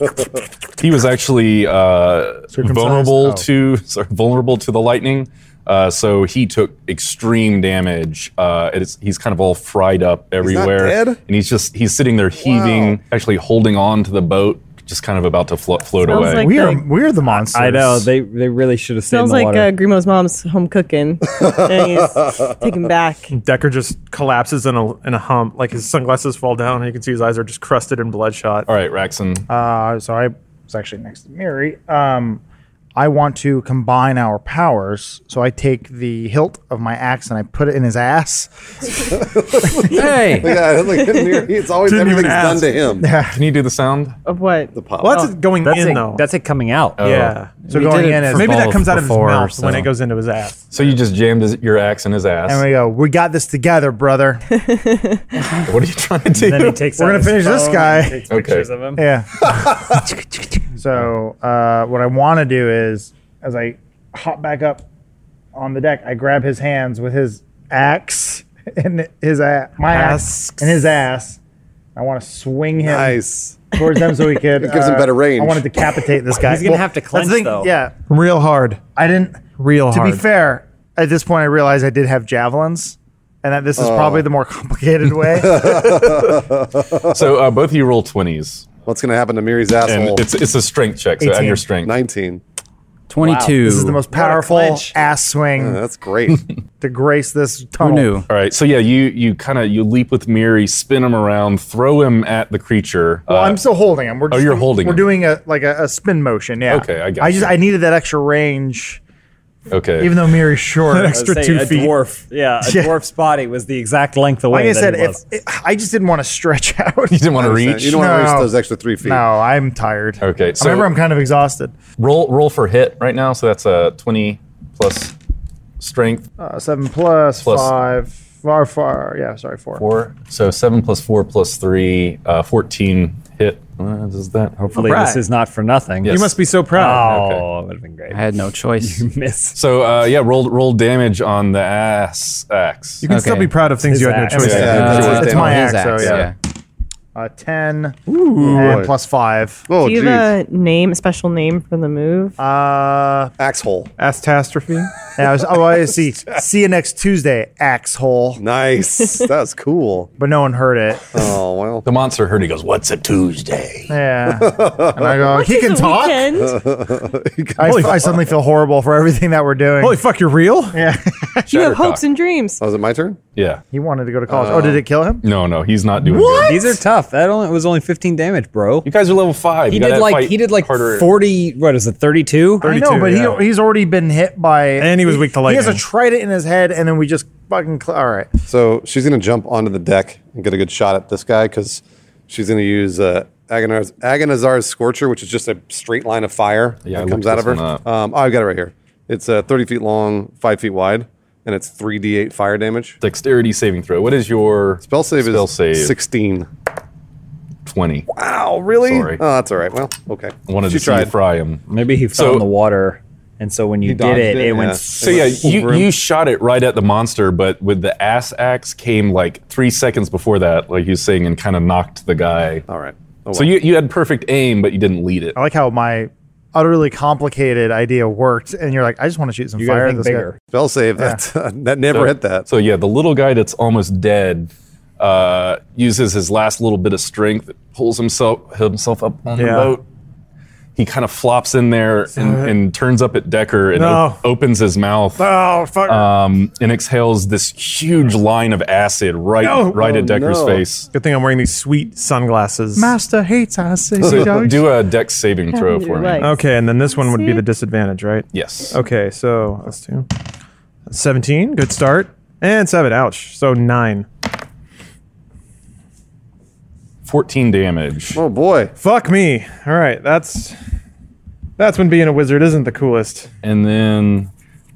it. he was actually uh, Circumcised? vulnerable Oh. to sorry, vulnerable to the lightning. Uh, so he took extreme damage. Uh, it is, he's kind of all fried up everywhere, dead? and he's just he's sitting there heaving, actually holding on to the boat, just kind of about to flo- float Sounds away. like- We are we are the monsters. I know they they really should have stayed in Sounds the like water. uh, Grimo's mom's home cooking. and he's taken back. Decker just collapses in a in a hump. Like his sunglasses fall down, and you can see his eyes are just crusted and bloodshot. all right, Raxon. Uh, so I was actually next to Mary. Um, I want to combine our powers, so I take the hilt of my axe and I put it in his ass. hey, yeah, like, it's always Didn't even everything's done to him. Can you do the sound? Of what? Pop. Well, that's it going Oh, that's in it, though. that's it coming out. Oh. yeah. So We going did it in for is Maybe that Balls comes out of his before, mouth when so- it goes into his ass. So you just jammed his, your axe in his ass. and we go. We got this together, brother. what are you trying to do? Then he takes. We're out gonna his finish this phone guy. and takes pictures Okay. of him. Yeah. so uh, what I want to do is, as I hop back up on the deck, I grab his hands with his axe and his a- my axe Asks. and his ass. I want to swing him Nice. towards them so he could. uh, It gives him better range. I want to decapitate this guy. He's gonna have to that's the clench, thing, though. Yeah, Real hard. I didn't. Real To hard. be fair, at this point, I realized I did have javelins. And that this is Oh. probably the more complicated way. so uh, both of you roll twenties, What's going to happen to Miri's asshole? and it's it's a strength check. So add 18. your strength. 19. 22. this is the most powerful clench. ass swing That's great. to grace this Who tunnel. knew? All right, so yeah, you you kind of you leap with Miri, spin him around, throw him at the creature. Well, Uh, I'm still holding him. We're just you're doing- holding We're him. doing a like a, a spin motion. Yeah. Okay, I got I just you. I needed that extra range, Uh, okay. even though Miri's short. I would say a dwarf. Yeah, a Yeah. dwarf's body was the exact length away. like that I said, he if, was. it, I just didn't want to stretch out. you didn't want to You reach. don't want to No. reach those extra three feet. no, I'm tired. Okay, so- I remember I'm kind of exhausted. roll roll for hit right now. So that's a twenty plus strength Uh, seven plus, Plus- five, far, far. Yeah, sorry, four. four. So seven plus four plus three, uh, fourteen hit. What is that? Hopefully, this is not for nothing. Yes. You must be so proud. Oh, Okay. it would have been great. I had no choice. Miss. So uh, yeah, roll roll damage on the ass axe. You can still Okay. be proud of things His you had axe. no choice. Yeah, in. that's Uh, always it's my his axe, so yeah. yeah. Uh, Ten and boy. plus five. Oh, Do you jeez. have a name, a special name for the move? Uh, Axe hole. Astastrophe. yeah, I was, oh, I see. See you next Tuesday, axe hole. Nice. that was cool. But no one heard it. Oh, well. The monster heard. He goes, "What's a Tuesday?" Yeah. And I go, he It's can the talk. weekend. I, I suddenly feel horrible for everything that we're doing. Holy fuck, you're real? yeah. You have Shattercock. hopes and dreams. Oh, is it my turn? Yeah. he wanted to go to college. oh, did it kill him? No, no, he's not doing. Good. Uh, These are tough. That only it was only 15 damage, bro. You guys are level five. He You did gotta like fight he did like harder. 40. What is it? 32. I 32, know, but yeah. he, he's already been hit by. And he was weak to He has lightning. a trident in his head, and then we just fucking. Cl- all right. So she's going to jump onto the deck and get a good shot at this guy because she's going to use uh, Agonar's, Agonazar's Scorcher, which is just a straight line of fire Yeah, I that comes looked out of her. this one up. Um, oh, I've got it right here. It's uh, 30 feet long, 5 feet wide, and it's 3d8 fire damage. Dexterity saving throw. What is your Spell save Spell is save. 16. 20. Wow, really? Sorry. Oh, that's all right. Well, okay. Wanted she to see tried. you fry him. Maybe he fell So- in the water, and so when you did dodged it, it, it, went. yeah. s- So yeah, you, over him. you shot it right at the monster, but with the ass axe came like three seconds before that, like you was saying, and kind of knocked the guy all right. Oh, So you, you had perfect aim, but you didn't lead it. Oh, I like how my utterly complicated idea worked, and you're like, I just want to shoot some You gotta fire at think this guy. bigger. Spell save. That that never hit that. So yeah, the little guy that's almost dead uh, uses his last little bit of strength, pulls himself himself up on the Yeah. boat. He kind of flops in there and, and turns up at Decker and o- No. opens his mouth Oh fuck! um, and exhales this huge line of acid right No. right at Decker's Oh, no. face. Good thing I'm wearing these sweet sunglasses. Master hates us. So do a dex saving throw You're for me. right. Okay, and then this one would be See? the disadvantage, right? Yes. Okay, so let's do 17. Good start. And seven. Ouch. So nine. 14 damage. Oh boy. Fuck me. All right, that's that's when being a wizard isn't the coolest. and then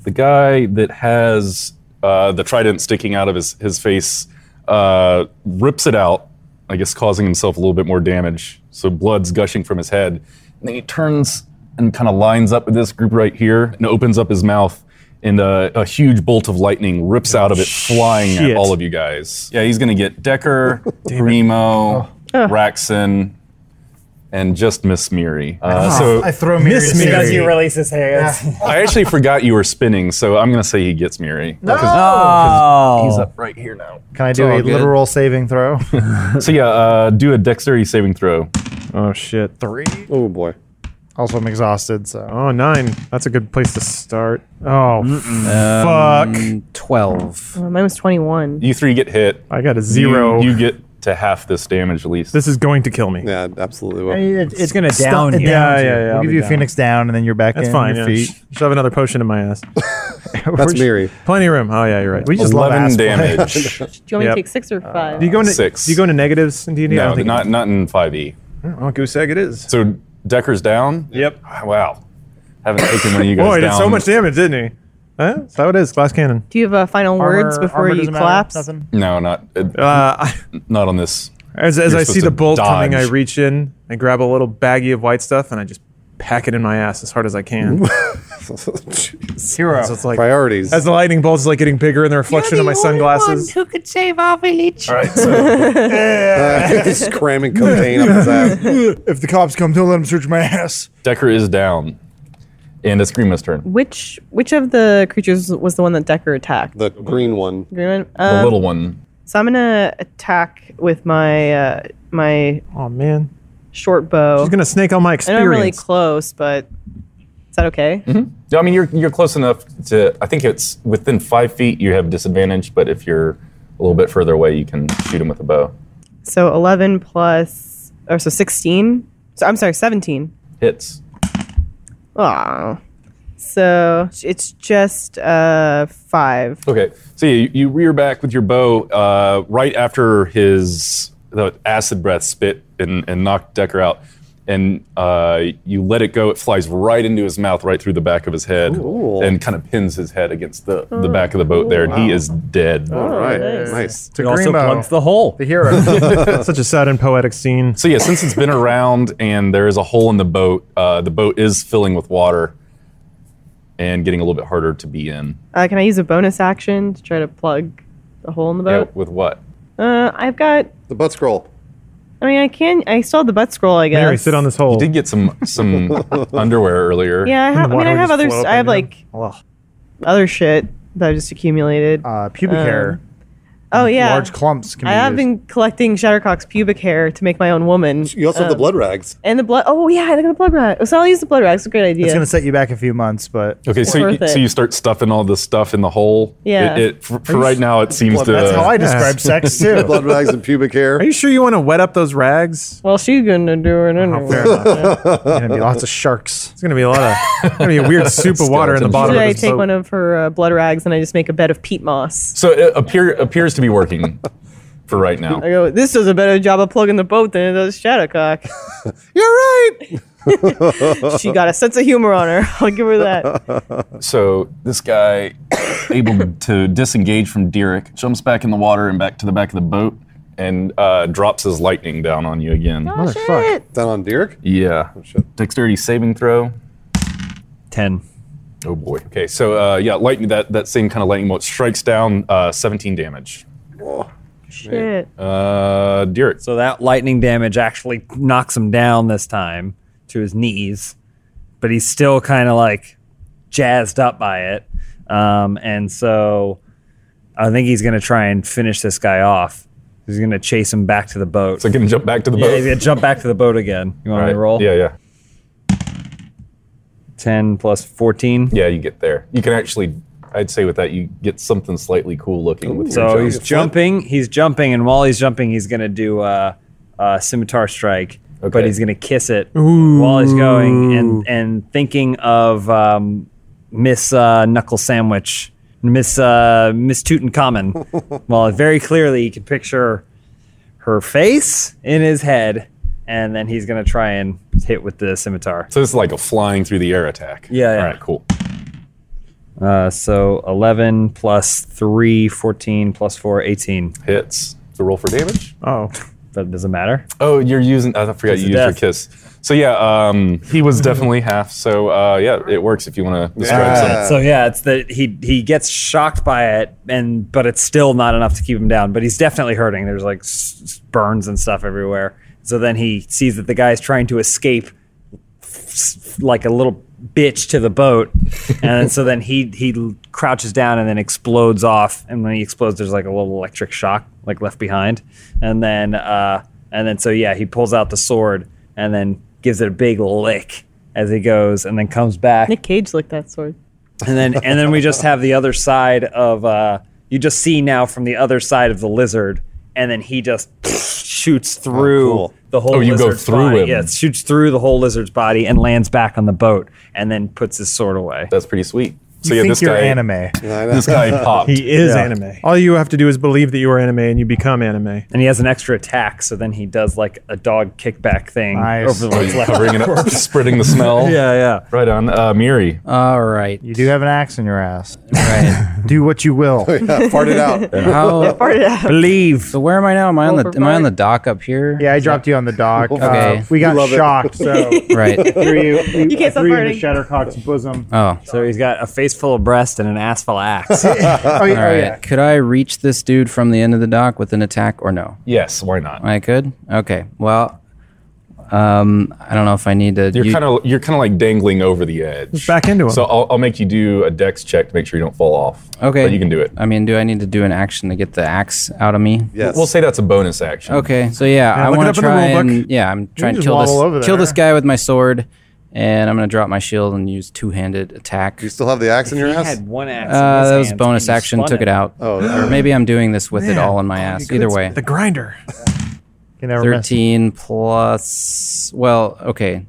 the guy that has uh, the trident sticking out of his, his face uh, rips it out, I guess causing himself a little bit more damage. So blood's gushing from his head. And then he turns and kind of lines up with this group right here and opens up his mouth. And uh, a huge bolt of lightning rips out of it, flying Shit. at all of you guys. Yeah, he's going to get Decker, Remo, Oh. Raxon, and just Miss Miri. Uh, so Ah. I throw Miri. Miss to Miri. safety. Because he release his hands. I actually forgot you were spinning, so I'm gonna say he gets Miri. Oh. He's up right here now. Can I do all a good. literal saving throw? So yeah, uh, do a dexterity saving throw. Oh shit. Three. Oh boy. Also, I'm exhausted, so Oh nine. That's a good place to start. Oh fuck. Um, Twelve. Oh, mine was 21. You three get hit. I got a zero. You, you get to half this damage at least. this is going to kill me. Yeah, it absolutely. Will. It's gonna down it you. downs Yeah, yeah, you. yeah, I'll We'll give be you a down. phoenix down, and then you're back That's in fine. your yeah. feet. Sh- Shove another potion in my ass. That's Miri. Plenty of room. Oh yeah, you're right. We just love ass Eleven play. damage. Do you want me Yep. Uh, to take six or five? do you go into Six. Do you go into negatives in D and no, not not in E. 5e. Oh, goose egg. It is. So Decker's down. Ah, Yep. Wow. Haven't taken one of you guys Boy, he down. did so much damage, didn't he? Huh? That's how it is. Glass cannon. Do you have uh, final words Armor- before armor you doesn't matter, collapse? Nothing. No, not uh, Uh, I, not on this. as as You're I supposed see the to bolt coming, I dodge. reach in, I grab a little baggie of white stuff, and I just pack it in my ass as hard as I can. Jeez. Hero. so it's like Priorities. as the lightning bolt is like getting bigger, and the reflection of my sunglasses. Who could save our village? Just cramming cocaine up his ass. If the cops come, don't let them search my ass. Decker is down, and it's Grima's turn. Which which of the creatures was the one that Decker attacked? The green one. Green one? The Um, little one. So I'm gonna attack with my uh, my Oh man, short bow. he's gonna snake on my I know experience. I'm really close, but is that okay? Mm-hmm. Yeah, I mean, you're you're close enough to. I think it's within five feet. You have disadvantage, but if you're a little bit further away, you can shoot him with a bow. So 11 plus, or so 16. So I'm sorry, 17. Hits. Oh. So it's just uh five. Okay. So you, you rear back with your bow uh, right after his the acid breath spit and, and knocked Decker out. And uh, you let it go. It flies right into his mouth, right through the back of his head, Cool. and kind of pins his head against the, the back of the boat there. And he is dead. All right. nice. Nice. It also Greenbow. plugs the hole. The hero. Such a sad and poetic scene. So yeah, since it's been around and there is a hole in the boat, uh, the boat is filling with water and getting a little bit harder to be in. Uh, can I use a bonus action to try to plug the hole in the Yeah, boat? with what? Uh, I've got. The butt scroll. I mean, I can. I still have the butt scroll. I guess. Mary, sit on this hole. You did get some some underwear earlier. Yeah, I have. I mean, I have other. others. s- I have like other shit that I've just accumulated. uh, pubic Um, hair. oh yeah. Large clumps can be I have used. been collecting Shattercock's pubic hair to make my own woman. Um, You also have the blood rags. And the blood. Oh yeah, I got the blood rag. So I'll use the blood rag. It's a great idea. It's gonna set you back a few months, but Okay, so you, worth it. so you start stuffing all this stuff in the hole. Yeah. It, it, for, for right now, it seems to. that's how I describe sex too. Blood rags and pubic hair. Are you sure you want to wet up those rags? well, she's gonna do it fair anyway. enough. gonna be lots of sharks. It's gonna be a lot of it's gonna be a weird soup of water in the Skeletons. bottom Should of I this take boat. one of her uh, blood rags and I just make a bed of peat moss? so it appear, appears to be working for right now. I go. This does a better job of plugging the boat than it does Shattercock. You're right. she got a sense of humor on her. I'll give her that. So this guy, able to disengage from Derek, jumps back in the water and back to the back of the boat and uh, drops his lightning down on you again. Oh, Shit. Down on Derek. Oh, Yeah. Dexterity saving throw. Ten. Oh boy. Okay, so uh, yeah, lightning that, that same kind of lightning bolt strikes down uh, 17 damage. Shit. Uh, Derek. So that lightning damage actually knocks him down this time to his knees, but he's still kind of like jazzed up by it. Um, and so I think he's going to try and finish this guy off. He's going to chase him back to the boat. So I can jump back to the yeah, boat. he's going to jump back to the boat again. You want me Right. to roll? Yeah, yeah, 10 plus 14. yeah. You get there. You can actually, I'd say, with that, you get something slightly cool looking with your So jump. he's jumping. He's jumping. And while he's jumping, he's going to do a, a scimitar strike. But Okay. he's going to kiss it while he's going and, and thinking of um, Miss uh, Knuckle Sandwich, Miss uh, Miss Tutankhamun. well, very clearly, he can picture her face in his head. And then he's going to try and hit with the scimitar. So this is like a flying through the air attack. Yeah, yeah. All right, cool. Uh, so 11 plus 3, 14 plus 4, 18. Hits. So roll for damage. Oh, That doesn't matter. Oh, you're using. I forgot Kiss you of used your death. kiss. So yeah, um, he was definitely half. So uh, yeah, it works if you want to describe Yeah. something. Uh, So yeah, it's that he he gets shocked by it, and but it's still not enough to keep him down. But he's definitely hurting. There's like s- s- burns and stuff everywhere. So then he sees that the guy's trying to escape s- like a little bitch to the boat, and so then he he l- crouches down and then explodes off. And when he explodes, there's like a little electric shock like left behind, and then uh, and then so yeah, he pulls out the sword and then gives it a big lick as he goes, and then comes back Nick Cage licked that sword. and then and then we just have the other side of uh you just see now from the other side of the lizard and then he just shoots through cool. the whole Oh, you go lizard's through body. him. yeah it shoots through the whole lizard's body and lands back on the boat and then puts his sword away That's pretty sweet. So You yeah, think this you're guy, anime. this guy popped. He is anime. all you have to do is believe that you are anime and you become anime. and he has an extra attack so then he does like a dog kickback thing Nice. over the Oh, one's he's left covering it up, spreading the smell. yeah yeah Right on. Uh, Miri. All right. You do have an axe in your ass. Right. Do what you will. yeah, fart it out. How, Part of that. believe so where am I now? Am I on Roll the for am I on bark. the dock up here? Yeah, I dropped you on the dock. Okay. Uh, we got Love it. shocked, so Right. threw you, we- You can't I stop threw you in the farting. Shuttercock's bosom. Oh. so he's got a face full of breast and an ass full of axe Oh, yeah, All oh, right. yeah. Could I reach this dude from the end of the dock with an attack or no? Yes. Why not? I could. Okay. Well, um, I don't know if I need to. You're you- kind of you're kind of like dangling over the edge. Back into him. So I'll, I'll make you do a dex check to make sure you don't fall off. Okay. But you can do it. I mean, do I need to do an action to get the axe out of me? Yes. We'll say that's a bonus action. Okay. So yeah, I look it want up to in the try rule book. and yeah, I'm trying to just kill waddle over this kill there. this guy with my sword, and I'm gonna drop my shield and use two-handed attack. you still have the axe in your he ass? had one axe in Uh, his that was hands, bonus and he action. spun Took it out. Oh, or maybe I'm doing this with it all in Oh, my ass. Either way, the grinder. Can never miss. 13 plus. Well, okay.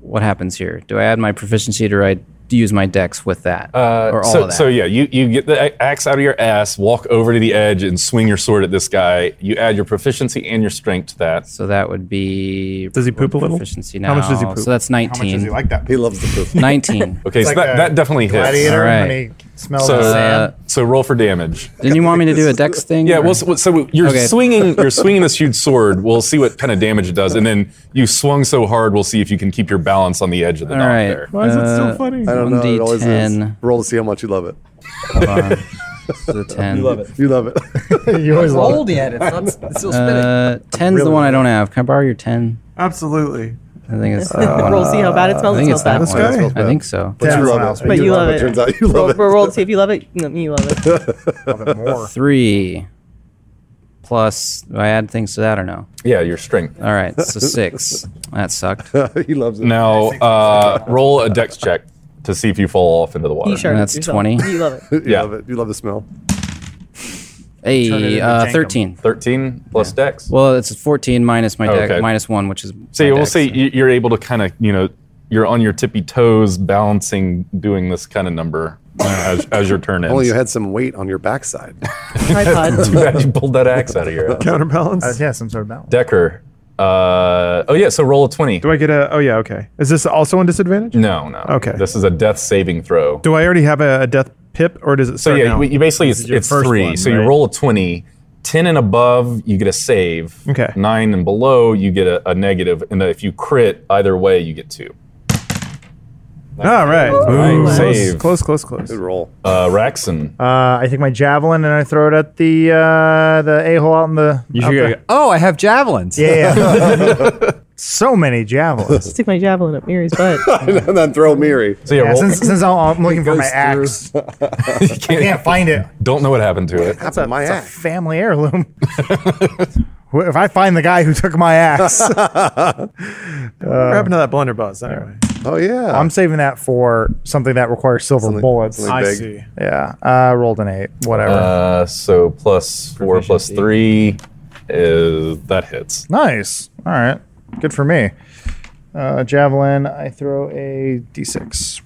What happens here? Do I add my proficiency or do I use my dex with that? Uh, or all so, of that? so yeah, you, you get the a- axe out of your ass, walk over to the edge, and swing your sword at this guy. You add your proficiency and your strength to that. So that would be. Does he poop a little? Proficiency now. How much does he poop? So that's How much 19. does he like that? He loves the poop. 19. Okay, so like that, a that definitely hits. Gladiator Alright. when he smells So, the uh, sand. so roll for damage. Didn't you want me to do a dex thing? Yeah, or- well, so, so you're Okay. swinging, you're swinging this huge sword. We'll see what kind of damage it does, and then you swung so hard, we'll see if you can keep your balance on the edge of the all dock right. there. Why is it so funny? I don't know. It always is. 1d10. Roll to see how much you love it. The 10. You love it. you always love Old yet. It's, not, it's still spinning. Uh, 10's the one I don't have. Can I borrow your 10? Absolutely. I think it's. uh, roll, see how bad it smells. I It think it's smells that bad. one. It smells I bad. think so. But you Yeah. love it. But You you love love it. it. Turns out you Roll, love it. roll to see if you love it. No, you love it. it more. Three plus. Do I add things to that or no? Yeah, your strength. All right, so six. That sucked. he loves it. Now uh, roll a dex check to see if you fall off into the water. You sure? That's yourself. 20. You love it. You yeah. love it. You love the smell. Turn it Hey, into uh, Jankum. thirteen. Thirteen plus dex. Well, it's fourteen minus my deck, Okay. minus one, which is. So my yeah, we'll dex. say you- you're able to kind of, you know, you're on your tippy toes, balancing, doing this kind of number uh, as, as your turn ends. Only you had some weight on your backside. Tripod. Too bad you pulled that axe out of your ass. Counterbalance. Uh, yeah, some sort of balance. Decker. Uh, oh yeah, so roll a twenty. Do I get a? Oh yeah. Okay. Is this also on disadvantage? No, no. Okay. This is a death saving throw. Do I already have a, a death pip, or does it So start yeah, now? you basically it's, your it's first three. one, so you right? roll a 20, 10 and above, you get a save. Okay. Nine and below, you get a, a negative, and if you crit either way, you get two. All right. Boom. Close, Save. Close, close, close. Good roll. Uh, Raxon. Uh, I take my javelin and I throw it at the uh, the a hole out in the. You out should the- go, oh, I have javelins. Yeah. yeah. so many javelins. Stick my javelin up Miri's butt. and then throw Miri. So yeah, Yeah, roll- since, since I'm, I'm looking for goes my axe, I can't find it. don't know what happened to it. That's my It's a ass. family heirloom. Wh- if I find the guy who took my axe, Uh, What happened to that blunderbuss anyway? Oh yeah. I'm saving that for something that requires silver Something- bullets. something I big. see. Yeah, I rolled an eight. Whatever. Uh, so plus four, plus three, is that hits. nice. All right. Good for me. Uh, javelin. I throw a d6.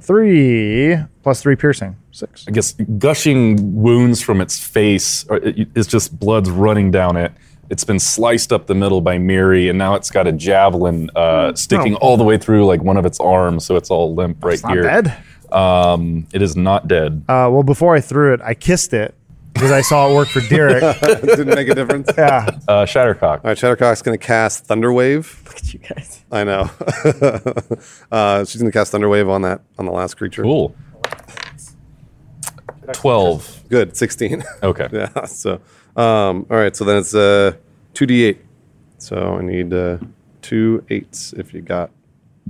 Three plus three piercing. Six. I guess gushing wounds from its face. Or it, it's just blood's running down it. It's been sliced up the middle by Miri, and now it's got a javelin Hmm. uh, sticking all the way through like one of its arms, so it's all limp right Oh. Not here. bad. Um, it is not dead. Uh, well, before I threw it, I kissed it because I saw it work for Derek. Didn't make a difference. All yeah. Uh, Shattercock. right, Chattercock's gonna cast Thunderwave. Look at you guys. I know. uh, she's gonna cast Thunderwave on that on the last creature. Cool. Twelve. Good. Sixteen. Okay. yeah. So, um, all right. So then it's uh, two d eight. So I need uh, two eights if you got.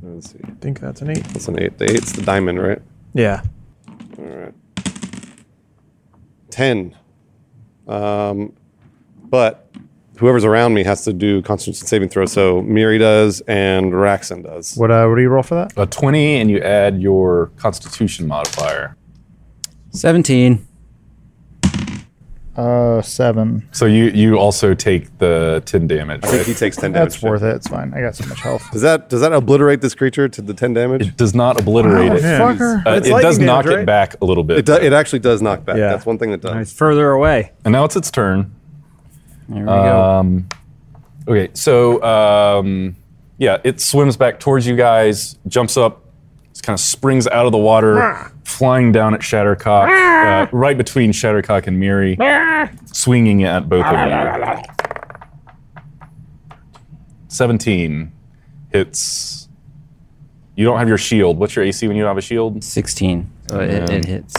Let's see. I think that's an eight. That's an eight. The eight's the diamond, right? Yeah. All right. Ten. Um, but whoever's around me has to do Constitution saving throw. So Miri does and Raxon does. What uh, what do you roll for that? A twenty, and you add your Constitution modifier. 17. Uh, seven. So you you also take the ten damage. I think right? he takes ten damage. That's worth it. It's fine. I got so much health. Does that does that obliterate this creature to the ten damage? It does not obliterate Oh, it. Fucker. Uh, It's it does lightning knock damage, it right? back a little bit, It, do, it actually does knock back. Yeah. That's one thing that does. It's further away. and now it's its turn. There we go. Um, okay, so um, yeah, it swims back towards you guys, jumps up, kind of springs out of the water, flying down at Shattercock, uh, right between Shattercock and Miri, swinging at both of you. Seventeen hits. You don't have your shield. What's your AC when you don't have a shield? 16. So it, it hits.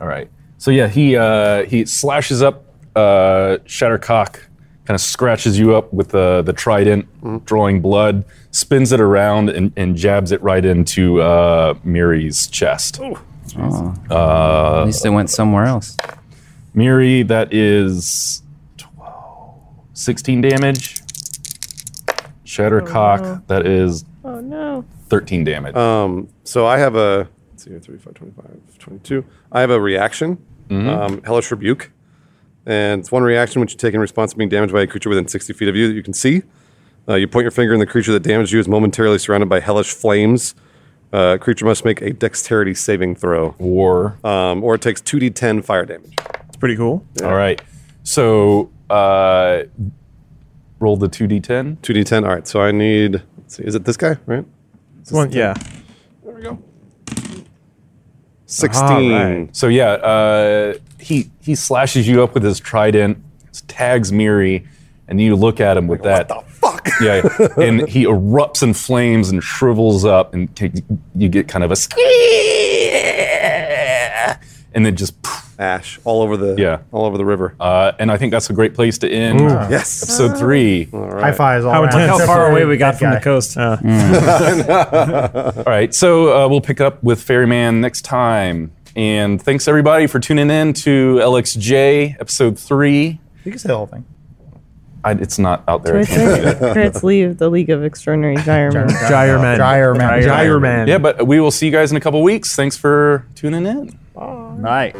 All right. So yeah, he uh, he slashes up uh, Shattercock, kind of scratches you up with uh, the trident, drawing blood, spins it around and, and jabs it right into uh, Miri's chest. Uh, Oh. At least it went somewhere else. Miri, that is 12, 16 damage. Shattercock, that is Oh no. 13 damage. Um, so I have a let's see here, 3, 5, 25, 22. I have a reaction, Mm-hmm. um, Hellish Rebuke. And it's one reaction which you take in response to being damaged by a creature within 60 feet of you that you can see. Uh, you point your finger, and the creature that damaged you is momentarily surrounded by hellish flames. Uh, creature must make a dexterity saving throw, War. um, or it takes 2d10 fire damage. It's pretty cool. All right. So uh, roll the 2d10. 2d10. All right, so I need. Let's see, is it this guy? Right, One, yeah. 16. So yeah, uh, he he slashes you up with his trident, tags Miri, and you look at him with that. What the fuck? Yeah, yeah. and he erupts in flames and shrivels up, and take, you get kind of a squeak, and then just. poof. Ash all over the Yeah. all over the river. Uh, and I think that's a great place to end yes. episode three. All High fives all How around. intense. How Except far for away we got that from guy. the coast. Mm. right, so uh, we'll pick up with Ferryman next time. And thanks everybody for tuning in to LXJ episode three. You can say the whole thing. I, it's not out there. I Crits, can't read it. crits leave the League of Extraordinary Gyromans. Gyre Man. Gyre Man. Gyre Man. Yeah, but we will see you guys in a couple weeks. Thanks for tuning in. Night.